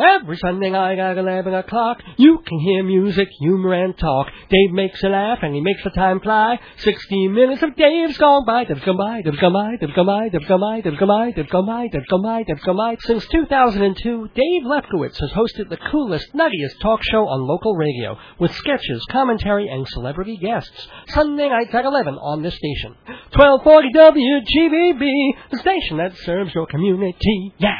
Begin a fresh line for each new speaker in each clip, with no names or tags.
Every Sunday night at 11 o'clock, you can hear music, humor, and talk. Dave makes you laugh, and he makes the time fly. 60 minutes of Dave's gone by, Dave's gone by, Dave's gone by, Dave's gone by, Dave's gone by, Dave's gone by, Dave's gone by, Dave's gone by, Dave's gone by. Since 2002, Dave Lefkowitz has hosted the coolest, nuttiest talk show on local radio, with sketches, commentary, and celebrity guests. Sunday nights at 11 on this station. 1240 WGBB, the station that serves your community. Yeah!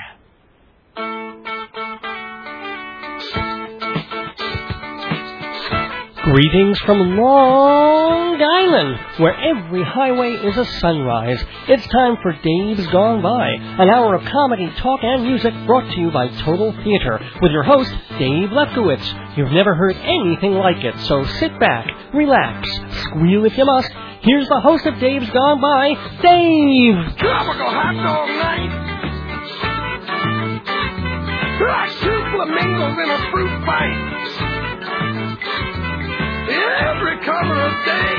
Greetings from Long Island, where every highway is a sunrise. It's time for Dave's Gone By, an hour of comedy, talk, and music brought to you by Total Theater, with your host, Dave Lefkowitz. You've never heard anything like it, so sit back, relax, squeal if you must. Here's the host of Dave's Gone By, Dave!
Tropical hot dog night. I shoot flamingos in a fruit fight. Every cover of day.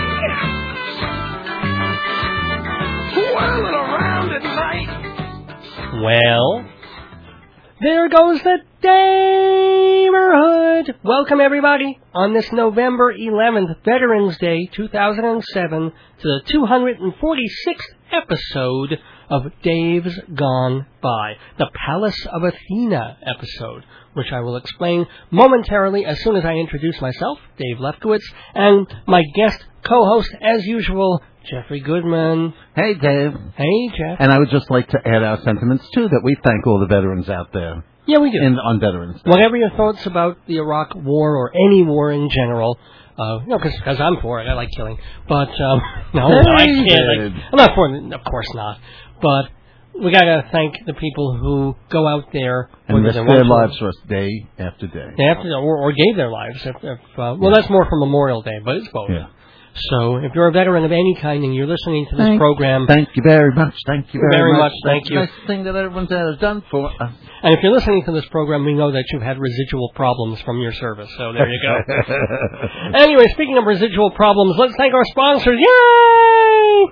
Whirling around at night.
Well, there goes the neighborhood. Welcome everybody on this November 11th, Veterans Day 2007, to the 246th episode of Dave's Gone By, the Palace of Athena episode, which I will explain momentarily as soon as I introduce myself, Dave Lefkowitz, and my guest co-host as usual, Jeffrey Goodman.
Hey, Dave.
Hey, Jeff.
And I would just like to add our sentiments, too, that we thank all the veterans out there
Yeah, we do.
in, on Veterans Day.
Whatever your thoughts about the Iraq War or any war in general, uh, no, because I'm for it. I like killing, but um, no, I can't.
David.
like- I'm not for it. Of course not. But we gotta thank the people who go out there
and
whether
risk
they
their
want to-
lives for us day after day.
they have to, or, or gave their lives. If, if, uh, well, that's more for Memorial Day, but it's both.
Yeah.
So if you're a veteran of any kind and you're listening to this
Thank-
program,
Thank you very much. Thank you very,
Very much, thank
That's
you.
The best thing that everyone's ever done for us.
and if you're listening to this program, we know that you've had residual problems from your service. So there you go. Anyway, speaking of residual problems, let's thank our sponsors. Yay!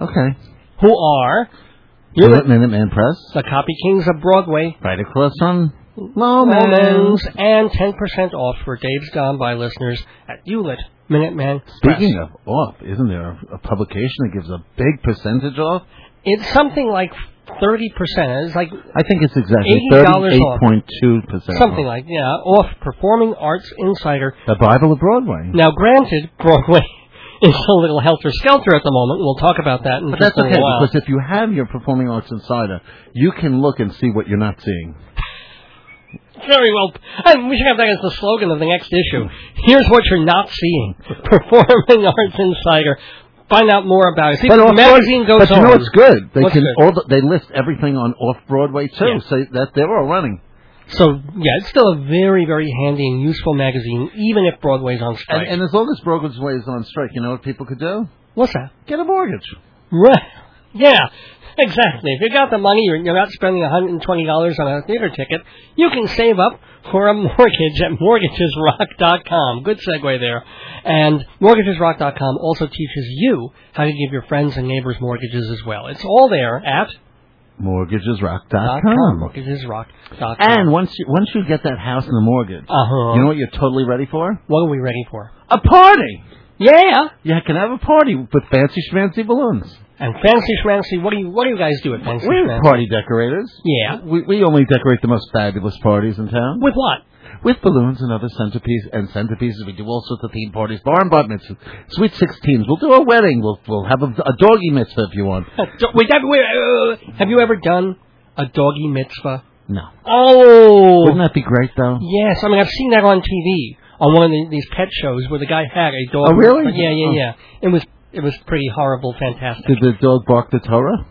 okay.
Who are
You
you're
let Minute Man Press.
the Copy Kings of Broadway,
Right across from
Low
Moments.
and 10% off for Dave's Gone By listeners at Hewlett Minuteman Press.
Speaking of off, isn't there a, a publication that gives a big percentage off?
It's something like 30%. It's like
I think it's exactly
$80 off.
38.2%. off.
something like, yeah, off Performing Arts Insider.
The Bible of Broadway.
Now, granted, Broadway is a little helter-skelter at the moment. We'll talk about that in
But
just
that's okay
a while.
because if you have your performing arts insider, you can look and see what you're not seeing.
Very well. And we should have that as the slogan of the next issue. Here's what you're not seeing. Performing Arts Insider. Find out more about it. See, the
off-
magazine goes
but you
on.
know it's good. They
What's
can
good?
all the, they list everything on off Broadway too,
Yeah.
so that they're all running.
So, yeah, it's still a very, very handy and useful magazine, even if Broadway's on
And,
strike.
and as long as Broadway is on strike, you know what people could do?
What's that?
Get a mortgage.
Right. Yeah, exactly. If you got the money, you're, you're not spending $120 on a theater ticket, you can save up for a mortgage at mortgagesrock.com. Good segue there. And mortgagesrock.com also teaches you how to give your friends and neighbors mortgages as well. It's all there at
Mortgagesrock.com.
mortgagesrock.com.
And once you, once you get that house and the mortgage,
Uh-huh.
you know what you're totally ready for?
what are we ready for?
A party.
Yeah.
You can have a party with fancy schmancy balloons.
And fancy schmancy, what do you what do you guys do at fancy
We're
schmancy?
party decorators.
Yeah.
We, we only decorate the most fabulous parties in town.
With what?
with balloons and other centerpiece and centerpieces. We do all sorts of theme parties, bar and bat mitzvahs, sweet sixteens. We'll do a wedding. We'll we'll have a, a doggy mitzvah if you want.
Do- wait, that- wait, uh, have you ever done a doggy mitzvah?
No,
Oh,
wouldn't that be great though?
yes. I mean, I've seen that on TV on one of the, these pet shows where the guy had a dog.
Oh, really?
Yeah, yeah,
Oh.
yeah. It was it was pretty horrible, fantastic.
Did the dog bark the Torah?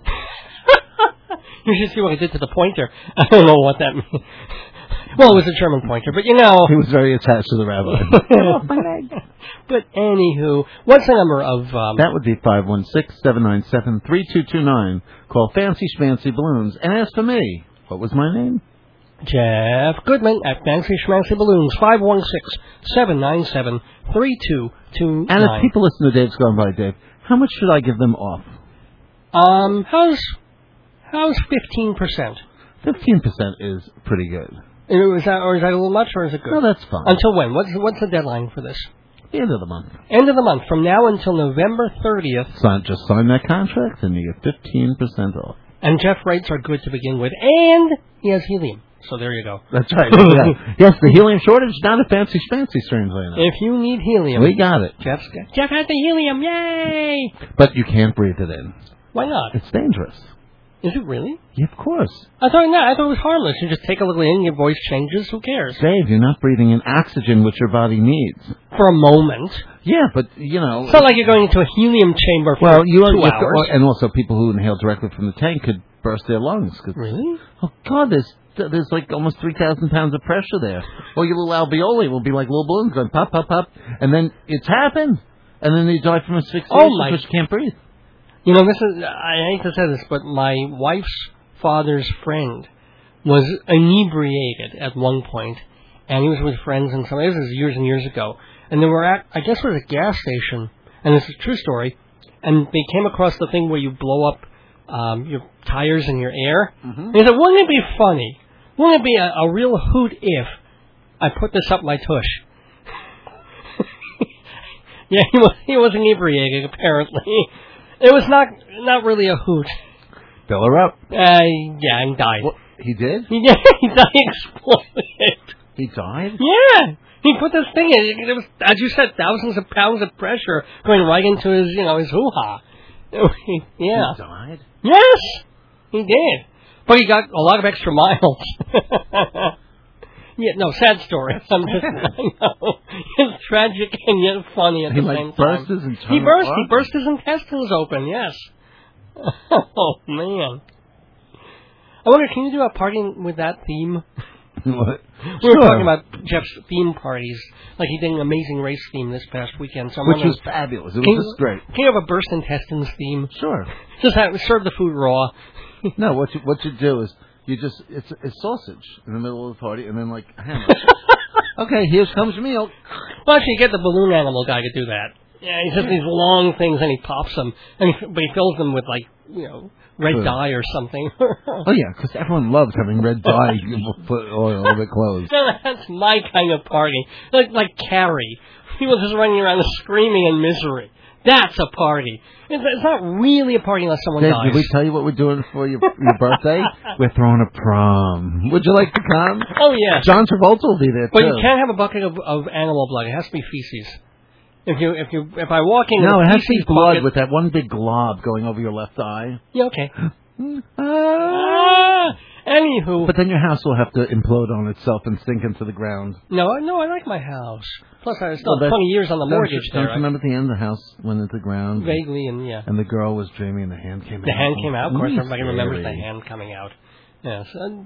You should see what I did to the pointer. I don't know what that means. Well, it was a German pointer, but you know.
He was very attached to the rabbi.
but anywho, what's the number of? Um,
that would be five one six seven nine seven three two two nine. Call Fancy Schmancy Balloons and ask for me. What was my name?
Jeff Goodman at Fancy Schmancy Balloons, 516-797-3229.
And if people listen to Dave's Gone By, Dave, how much should I give them off?
Um, how's how's fifteen percent?
Fifteen percent is pretty good.
And is that, or is that a little much, or is it good?
No, that's fine.
Until when? What's what's the deadline for this?
End of the month.
End of the month, from now until November 30th.
Sign, just sign that contract and you get 15% off.
And Jeff rates are good to begin with, and he has helium. So there you go.
That's right. Yeah. Yes, the helium shortage, not a fancy, fancy strange enough.
If you need helium,
We got it.
Jeff's got, Jeff had the helium. Yay!
But you can't breathe it in.
Why not?
It's dangerous.
Is it really?
Yeah, of course.
I thought no. I thought it was harmless. You just take a little in, your voice changes. Who cares?
Dave, you're not breathing in oxygen, which your body needs.
For a moment.
Yeah, but, you know.
It's not like you're going into a helium chamber for
well, you
two
you-
hours.
And also, people who inhale directly from the tank could burst their lungs. 'cause-
really?
Oh, God, there's, there's like almost 3,000 pounds of pressure there. Or your little alveoli will be like little balloons going pop, pop, pop. And then it's happened. And then they die from asphyxiation
Oh, my-
because you can't breathe.
You know, this is. I hate to say this, but my wife's father's friend was inebriated at one point, and he was with friends and some. This is years and years ago, and they were at. I guess it was a gas station, and this is a true story. And they came across the thing where you blow up um, your tires in your air. And he said, "Wouldn't it be funny? Wouldn't it be a, a real hoot if I put this up my tush?" yeah, he was, he was inebriated apparently. It was not not really a hoot.
Fill her up.
Uh, yeah, and died.
What? He did?
He died exploded.
He died?
Yeah, he put this thing in. It was, as you said, thousands of pounds of pressure going right into his, you know, his hoo ha. yeah.
He died?
Yes, he did. But he got a lot of extra miles. yeah, no, sad story. I'm just, I know. It's tragic and yet funny at
He
the
like
same time.
burst his internal
He burst. He
organ.
burst his intestines open. Yes. Oh man. I wonder, can you do a party with that theme?
What?
We were
Sure.
talking about Jeff's theme parties, like he did an amazing race theme this past weekend. So I'm
which
wondering,
was fabulous.
can
It was
you-
just great.
Can you have a burst intestines theme?
Sure.
Just have, serve the food raw.
No, what you what you do is you just it's it's sausage in the middle of the party, and then like ham. okay, here comes meal.
Well, actually, you get the balloon animal guy to do that. Yeah, he's just these long things, and he pops them, and he, but he fills them with like you know red
Food.
dye or something.
Oh yeah, because everyone loves having red
Oh.
dye put oil over their clothes.
Now, that's my kind of party. Like like Carrie, people just running around screaming in misery. That's a party. It's, it's not really a party unless someone
Dave,
dies.
did we tell you what we're doing for your your birthday? we're throwing a prom. Would you like to come?
oh yes,
John Travolta will be there
but
too.
you can't have a bucket of, of animal blood. It has to be feces. If you if you if I walk in,
no,
with
it
a
has to be
feces
blood
bucket-
with that one big glob going over your left eye.
yeah, okay.
Ah.
Ah, anywho,
But then your house will have to implode on itself and sink into the ground.
no, no, I like my house. Plus, I still
Well,
have
that's-
twenty years on the
Don't you-
mortgage
Don't
there.
you
I-
remember at the end the house went into the ground?
Vaguely, and yeah.
And the girl was dreaming, and the hand came out.
The hand came out. Of course,
Mm,
everybody remembers the
scary.
hand coming out. Yes. And,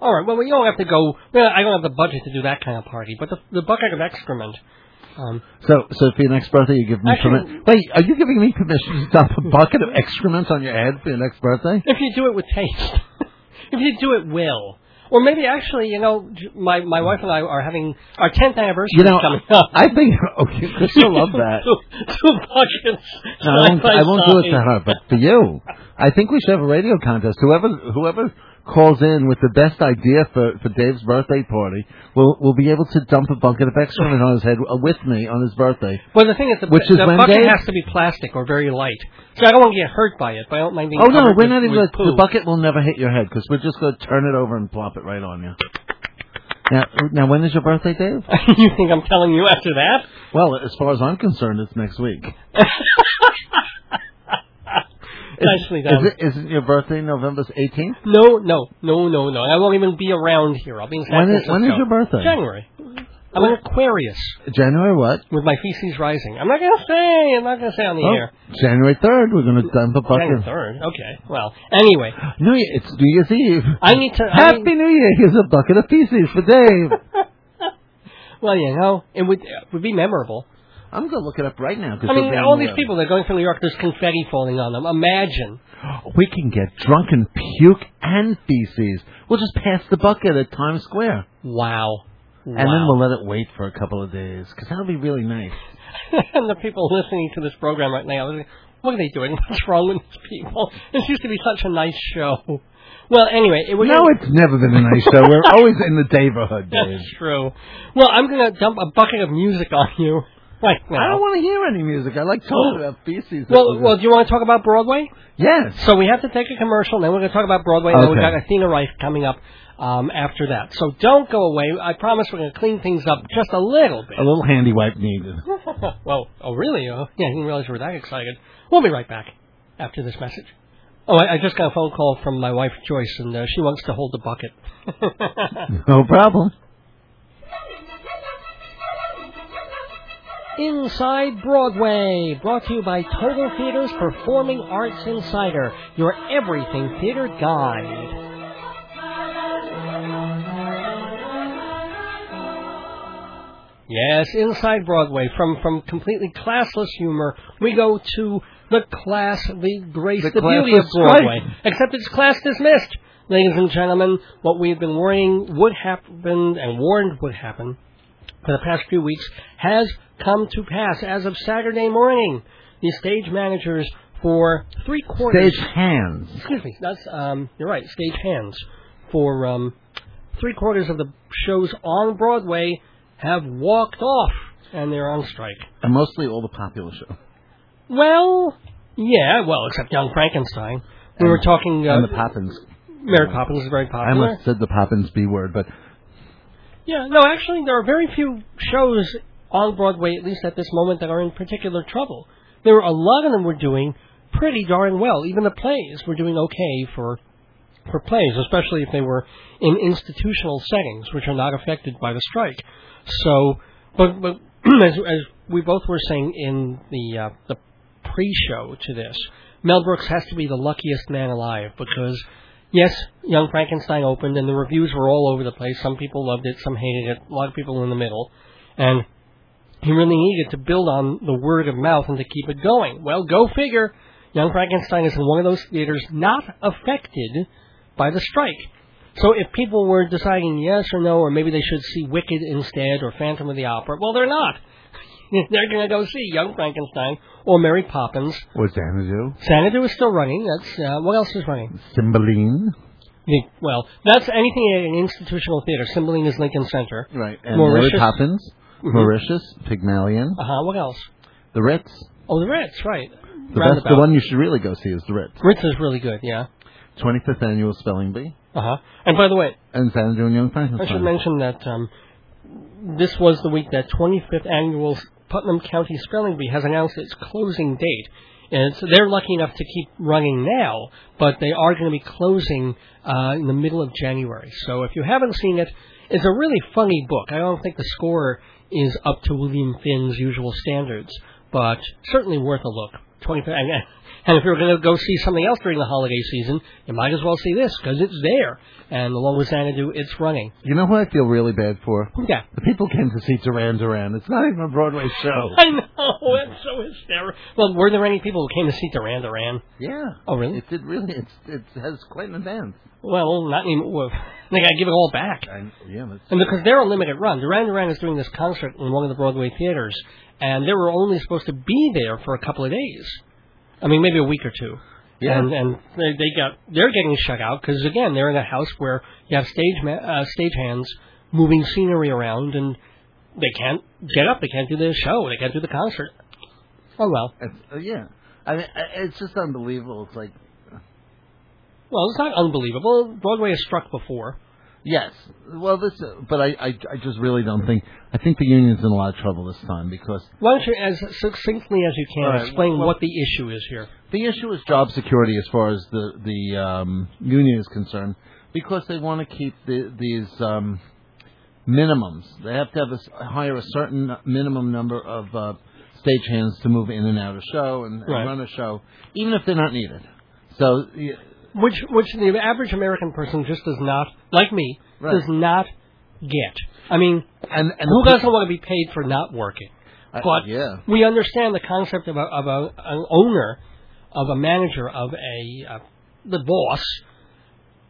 all right. Well, we don't have to go. Well, I don't have the budget to do that kind of party, but the, the bucket of excrement. Um,
So, so for your next birthday, you give me
Actually-
permission. Wait, are you giving me permission to dump a bucket of excrement on your head for your next birthday?
if you do it with taste, if you do it well, or maybe actually, you know, j- my my wife and I are having our tenth anniversary
You know,
coming up.
I think oh, you could still love that.
two, two buckets.
No, I won't,
side by
I won't do it to
side.
her, but for you, I think we should have a radio contest. Whoever whoever calls in with the best idea for, for Dave's birthday party will will be able to dump a bucket of excrement on his head uh, with me on his birthday.
Well, the thing is, the,
Which is
the
when,
bucket
Dave?
has to be plastic or very light, so I don't want to get hurt by it. But I don't mind being.
Oh no,
covered
we're
with-
not even.
with
Gonna, the
poo.
bucket will never hit your head because we're just going to turn it over and plop it right on you. Now, now, when is your birthday, Dave?
you think I'm telling you after that?
Well, as far as I'm concerned, it's next week.
Nicely
Is
done.
it, isn't your birthday November 18th?
No, no, no, no, no. I won't even be around here. I'll be in San
When is,
Francisco.
when is your birthday? Oh.
January. I'm an Aquarius
January what?
with my feces rising. I'm not gonna say. I'm not gonna say on the air.
Oh, January 3rd, we're going to dump a
January
bucket.
third. Okay. Well, anyway,
New Year, it's New Year's Eve.
I need to. I
Happy
need-
New Year! Here's a bucket of feces for Dave.
well, you know, it would it would be memorable.
I'm going to look it up right now. 'cause
I mean,
it'll be on
all
the
these
web.
people they're going through New York. There's confetti falling on them. Imagine.
We can get drunk and puke and feces. We'll just pass the bucket at Times Square.
Wow.
And then
Wow.
we'll let it wait for a couple of days, 'cause that'll be really nice.
and the people listening to this program right now, they're like, what are they doing? What's wrong with these people? This used to be such a nice show. Well, anyway, it was.
No, it's never been a nice show. We're always in the neighborhood, Dave.
That's true. Well, I'm going to dump a bucket of music on you right now.
I don't want to hear any music. I like talking about feces.
well, well, do you want to talk about Broadway?
yes.
So we have to take a commercial, and then we're going to talk about Broadway, and then we've
Okay.
got Athena Rife coming up um, after that. So don't go away. I promise we're going to clean things up just a little bit.
A little handy wipe needed.
well, oh really? Oh, yeah, I didn't realize you were that excited. We'll be right back after this message. Oh, I, I just got a phone call from my wife Joyce, and uh, she wants to hold the bucket.
No problem.
Inside Broadway, brought to you by Total Theater's Performing Arts Insider, your everything theater guide. Yes, Inside Broadway, from from completely classless humor, we go to the class, the grace,
The
the, beauty of
classless
Broadway.
grace.
Except it's class dismissed. Ladies and gentlemen, what we've been worrying would happen and warned would happen for the past few weeks has come to pass as of Saturday morning. The stage managers for three quarters.
Stage hands.
Excuse me. That's um. You're right. Stage hands for um, three quarters of the shows on Broadway have walked off and they're on strike.
And mostly all the popular shows.
Well, yeah. Well, except Young Frankenstein. We were talking. Uh,
and the Poppins.
Mary Poppins is very
I
popular.
almost said the Poppins B word, but
Yeah, no, actually, there are very few shows on Broadway, at least at this moment, that are in particular trouble. There were a lot of them were doing pretty darn well. Even the plays were doing okay for for plays, especially if they were in institutional settings, which are not affected by the strike. So, but, but as, as we both were saying in the uh, the pre-show to this, Mel Brooks has to be the luckiest man alive because yes, Young Frankenstein opened and the reviews were all over the place. Some people loved it, some hated it, a lot of people in the middle, and he really needed to build on the word of mouth and to keep it going. Well, go figure. Young Frankenstein is in one of those theaters not affected by the strike. So if people were deciding yes or no, or maybe they should see Wicked instead or Phantom of the Opera, well, they're not. they're going to go see Young Frankenstein or Mary Poppins.
or Xanadu,
Xanadu is still running. That's uh, what else is running?
Cymbeline,
The, well, that's anything at an institutional theater. Cymbeline is Lincoln Center.
right? Mm-hmm. And
Mauritius.
Mary Poppins, Mauritius, Pygmalion,
Uh huh. What else?
the Ritz.
Oh, the Ritz, right?
The best, the one you should really go see is the Ritz.
Ritz is really good. Yeah.
25th annual spelling bee,
Uh huh. And by the way,
and Xanadu and Young
I should
Frankenstein.
mention that um, this was the week that 25th annual Putnam County Spelling Bee has announced its closing date. And so they're lucky enough to keep running now, but they are going to be closing uh, in the middle of January. So if you haven't seen it, it's a really funny book. I don't think the score is up to William Finn's usual standards, but certainly worth a look. 25th, and, uh, and if you're going to go see something else during the holiday season, you might as well see this because it's there. And along with Xanadu, it's running.
You know who I feel really bad for?
Yeah.
The people came to see Duran Duran. It's not even a Broadway show.
I know, it's so hysterical. Well, were there any people who came to see Duran Duran?
Yeah.
Oh, really?
It did really. It's it has quite an advance.
Well, not anymore. They gotta give it all back.
I, yeah. That's,
And because they're a limited run, Duran Duran is doing this concert in one of the Broadway theaters, and they were only supposed to be there for a couple of days. I mean, maybe a week or two.
Yeah.
And, and they, they got they're getting shut out because again they're in a house where you have stage ma- uh, stage hands moving scenery around and they can't get up, they can't do the show, they can't do the concert. Oh well.
It's, uh, yeah. I mean, I- it's just unbelievable. It's like
Well, it's not unbelievable. Broadway has struck before.
yes. Well, this. Uh, but I, I I just really don't think. I think the union's in a lot of trouble this time because
Why don't you, as succinctly as you can,
All right,
explain
well-
what the issue is here?
The issue is job security as far as the the um, union is concerned, because they want to keep the, these um, minimums. They have to have a s hire a certain minimum number of uh, stagehands to move in and out of show and, and
Right.
run a show, even if they're not needed. So y-
Which, which the average American person just does not, like me,
Right.
does not get. I mean,
and and
who
the-
doesn't want to be paid for not working?
I-
But
yeah,
we understand the concept of a, of a, an owner, of a manager, of a uh, the boss,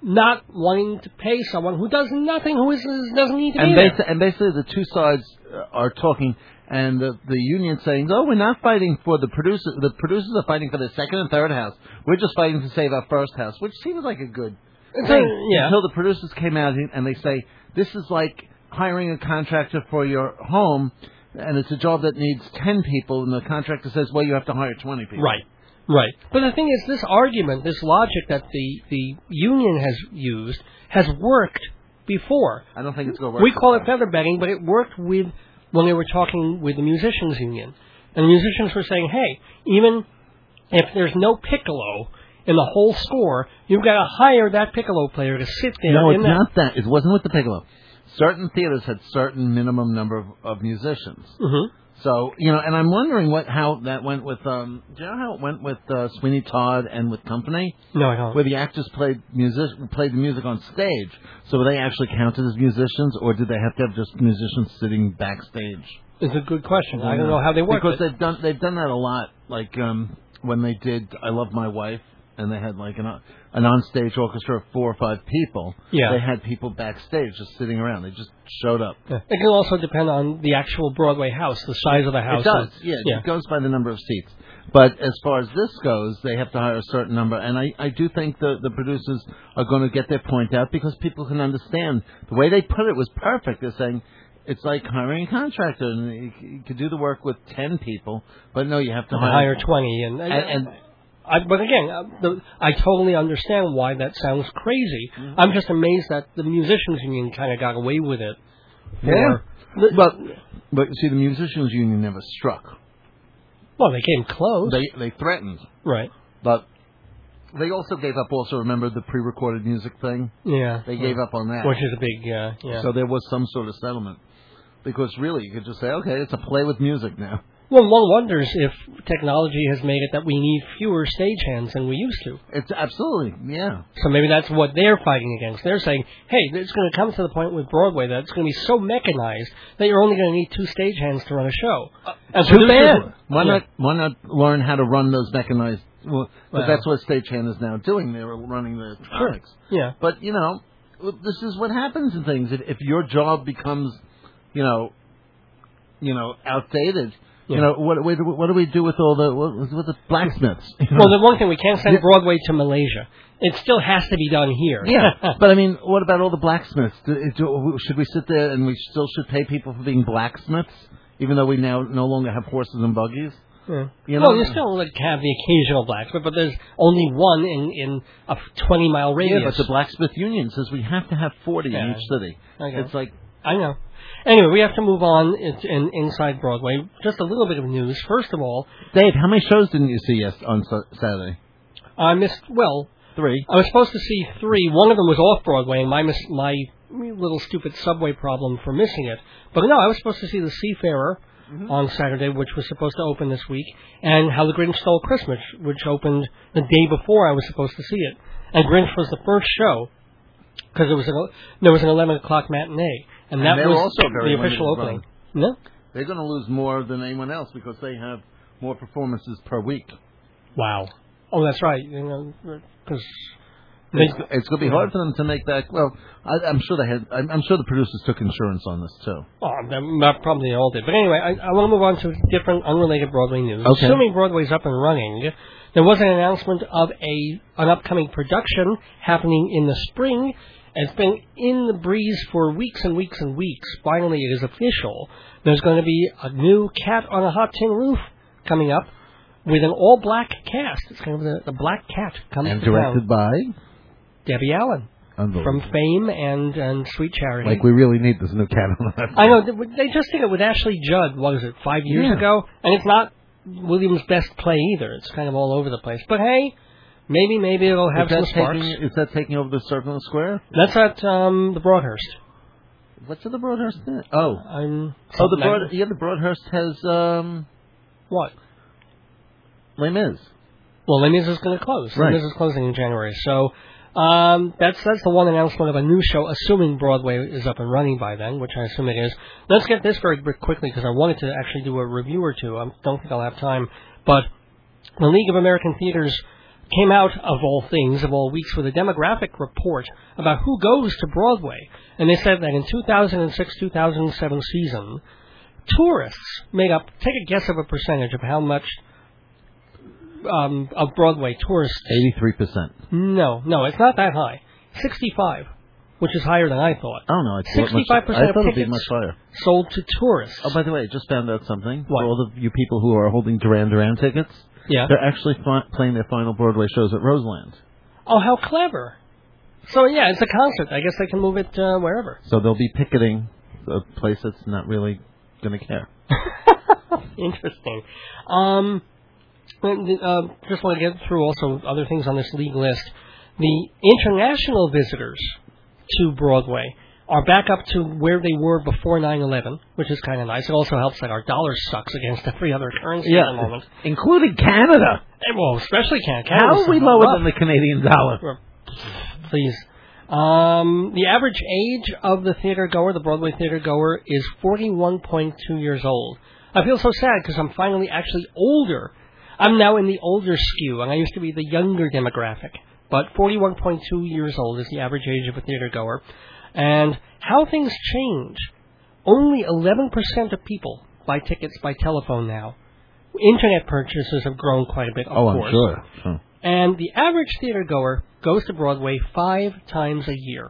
not wanting to pay someone who does nothing, who is, is- doesn't need to
and
be there.
basically, and basically the two sides uh, are talking, and the, the union saying, "Oh, we're not fighting for the producer. The producers are fighting for the second and third house. We're just fighting to save our first house," which seems like a good.
It's
thing
a- yeah.
until the producers came out and they say this is like hiring a contractor for your home, and it's a job that needs ten people, and the contractor says, well, you have to hire twenty people.
Right. Right. But the thing is, this argument, this logic that the the union has used, has worked before.
I don't think it's going to work.
We call
this
it
time.
feather bedding, but it worked with when they were talking with the musicians union, and the musicians were saying, "Hey, even if there's no piccolo in the whole score, you've got to hire that piccolo player to sit there."
No,
in
it's
that.
not that. It wasn't with the piccolo. Certain theaters had certain minimum number of, of musicians.
Mhm.
So you know, and I'm wondering what how that went with. Um, do you know how it went with uh, Sweeney Todd and with Company,
No, I don't.
where the actors played music played the music on stage? So were they actually counted as musicians, or did they have to have just musicians sitting backstage?
it's a good question. I don't know how they work.
because
it.
they've done they've done that a lot. Like um, when they did "I Love My Wife," and they had like an o- an onstage orchestra of four or five people.
Yeah.
they had people backstage just sitting around. They just showed up.
Yeah. It can also depend on the actual Broadway house, the size of the house.
It does,
and-
yeah,
yeah.
It goes by the number of seats. But as far as this goes, they have to hire a certain number, and I, I do think the the producers are going to get their point out because people can understand the way they put it was perfect. They're saying it's like hiring a contractor, and you, c- you could do the work with ten people, but no, you have to
to hire
hire.
20 and,
and, and
I, but again uh, the, I totally understand why that sounds crazy
Mm-hmm.
I'm just amazed that the musicians union kind of got away with it
yeah,
for- the-
but but see, the musicians union never struck.
well they came close
They they threatened,
right
but they also gave up. Also, remember the pre-recorded music thing?
yeah
They gave up on that.
which is a big uh, yeah
So there was some sort of settlement. Because really, you could just say, okay, it's a play with music now.
well one wonders if technology has made it that we need fewer stagehands than we used to
It's absolutely, yeah.
so maybe that's what they're fighting against they're saying hey it's going to come to the point with Broadway that it's going to be so mechanized that you're only going to need two stagehands to run a show that's too bad
Uh, Why
Yeah.
not? Why not learn how to run those mechanized? Well,
Well.
but that's what stagehand is now doing. They're running the electronics.
yeah
But you know, this is what happens in things. If, if your job becomes, you know, you know, outdated.
Yeah.
You know what, what? What do we do with all the what, with the blacksmiths?
Well, the one thing we can't send
Yeah.
Broadway to Malaysia. It still has to be done here.
Yeah, but I mean, what about all the blacksmiths? Do, do, should we sit there and we still should pay people for being blacksmiths, even though we now no longer have horses and buggies?
Yeah.
You
well,
know?
you still like, have the occasional blacksmith, but there's only one in in a 20 mile
Yeah,
radius.
but the blacksmith union says we have to have forty
Yeah.
in each city.
Okay.
It's like
I know. Anyway, we have to move on. It's in inside Broadway. Just a little bit of news. First of all,
Dave, how many shows didn't you see yes on Sa- Saturday?
I missed. uh, Well,
Three.
I was supposed to see three. One of them was off Broadway, and my mis- my little stupid subway problem for missing it. But no, I was supposed to see The Seafarer
Mm-hmm.
on Saturday, which was supposed to open this week, and How the Grinch Stole Christmas, which opened the day before I was supposed to see it. And Grinch was the first show because there was an there was an eleven o'clock matinee, and
And
that
they were
was
also very
the official
limited
opening. No,
They're going to lose more than anyone else because they have more performances per week.
wow. Oh, that's right. You know, because
It's, it's going to be hard for them to make back. Well, I, I'm sure they had. I'm, I'm sure the producers took insurance on this too.
Oh, I'm not probably all did. But anyway, I, I want to move on to different unrelated Broadway news.
Okay.
Assuming Broadway's up and running, there was an announcement of a an upcoming production happening in the spring. It's been in the breeze for weeks and weeks and weeks. Finally, it is official. There's going to be a new Cat on a Hot Tin Roof coming up with an all-black cast. It's kind of the, the Black Cat comes
And
to town.
directed by
Debbie Allen from Fame and and Sweet Charity.
Like we really need this new cat on that.
I know th- they just did it with Ashley Judd. What was it five years
Yeah.
ago? And it's not Williams' best play either. It's kind of all over the place. But hey, maybe maybe it'll have
is that
some sparks.
Taking, is that taking over the circle and square?
That's at um, the Broadhurst.
What's in the Broadhurst? Then? Oh,
I'm
oh, the
something like-
Broad, yeah, the Broadhurst has um,
what?
Les Mis.
Well, Lemmy's is going to close.
Right.
Lemmy's is closing in January. So um, that's that's the one announcement of a new show, assuming Broadway is up and running by then, which I assume it is. Let's get this very quick- quickly because I wanted to actually do a review or two. I don't think I'll have time, but the League of American Theaters came out of all things, of all weeks, with a demographic report about who goes to Broadway, and they said that in 2006-2007 season, tourists made up. Take a guess of a percentage of how much. Um, of Broadway tourists
Eighty-three percent.
no, no, it's not that high. 65, which is higher than I thought.
I don't know. I thought, much,
65%
I
of
thought it'd be
tickets.
much higher.
Sold to tourists.
Oh, by the way, I just found out something.
What?
For all of you people who are holding Duran Duran tickets,
yeah.
they're actually fi- playing their final Broadway shows at Roseland.
Oh, how clever. So yeah, it's a concert. I guess they can move it uh, wherever.
So they'll be picketing a place that's not really going to care.
Interesting. Um, and, uh, just want to get through also other things on this league list. The international visitors to Broadway are back up to where they were before 9/11, which is kind of nice. It also helps that our dollar sucks against every other currency at the moment.
Including Canada.
And, well, especially Canada.
How
Canada's
are we
rough.
lower than the Canadian dollar?
please. Um, the average age of the theater goer, the Broadway theater goer, is 41.2 years old. I feel so sad because I'm finally actually older. I'm now in the older skew, and I used to be the younger demographic. But 41.2 years old is the average age of a theater goer. And how things change. Only 11% of people buy tickets by telephone now. Internet purchases have grown quite a bit, of
Oh,
course.
I'm sure. Sure.
And the average theater goer goes to Broadway five times a year,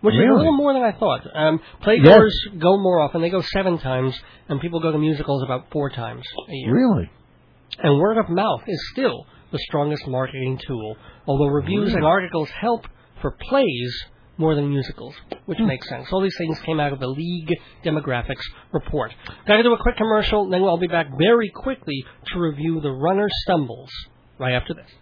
which is a
Really?
little more than I thought. Um, playgoers go more often; they go seven times, and people go to musicals about four times a year.
Really?
And word of mouth is still the strongest marketing tool, although reviews and articles help for plays more than musicals, which
Hmm.
makes sense. All these things came out of the League Demographics Report. Gotta do a quick commercial, then I'll be back very quickly to review The Runner Stumbles right after this.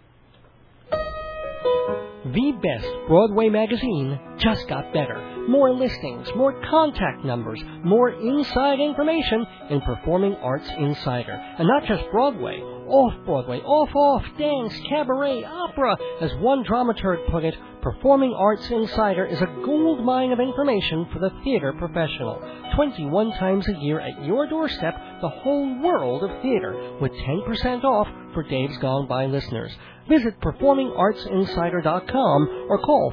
The best Broadway magazine just got better. More listings, more contact numbers, more inside information in Performing Arts Insider. And not just Broadway, off Broadway, off off, dance, cabaret, opera. As one dramaturg put it, Performing Arts Insider is a gold mine of information for the theater professional. 21 times a year at your doorstep, the whole world of theater, with 10% off for Dave's Gone By listeners. Visit performingartsinsider.com or call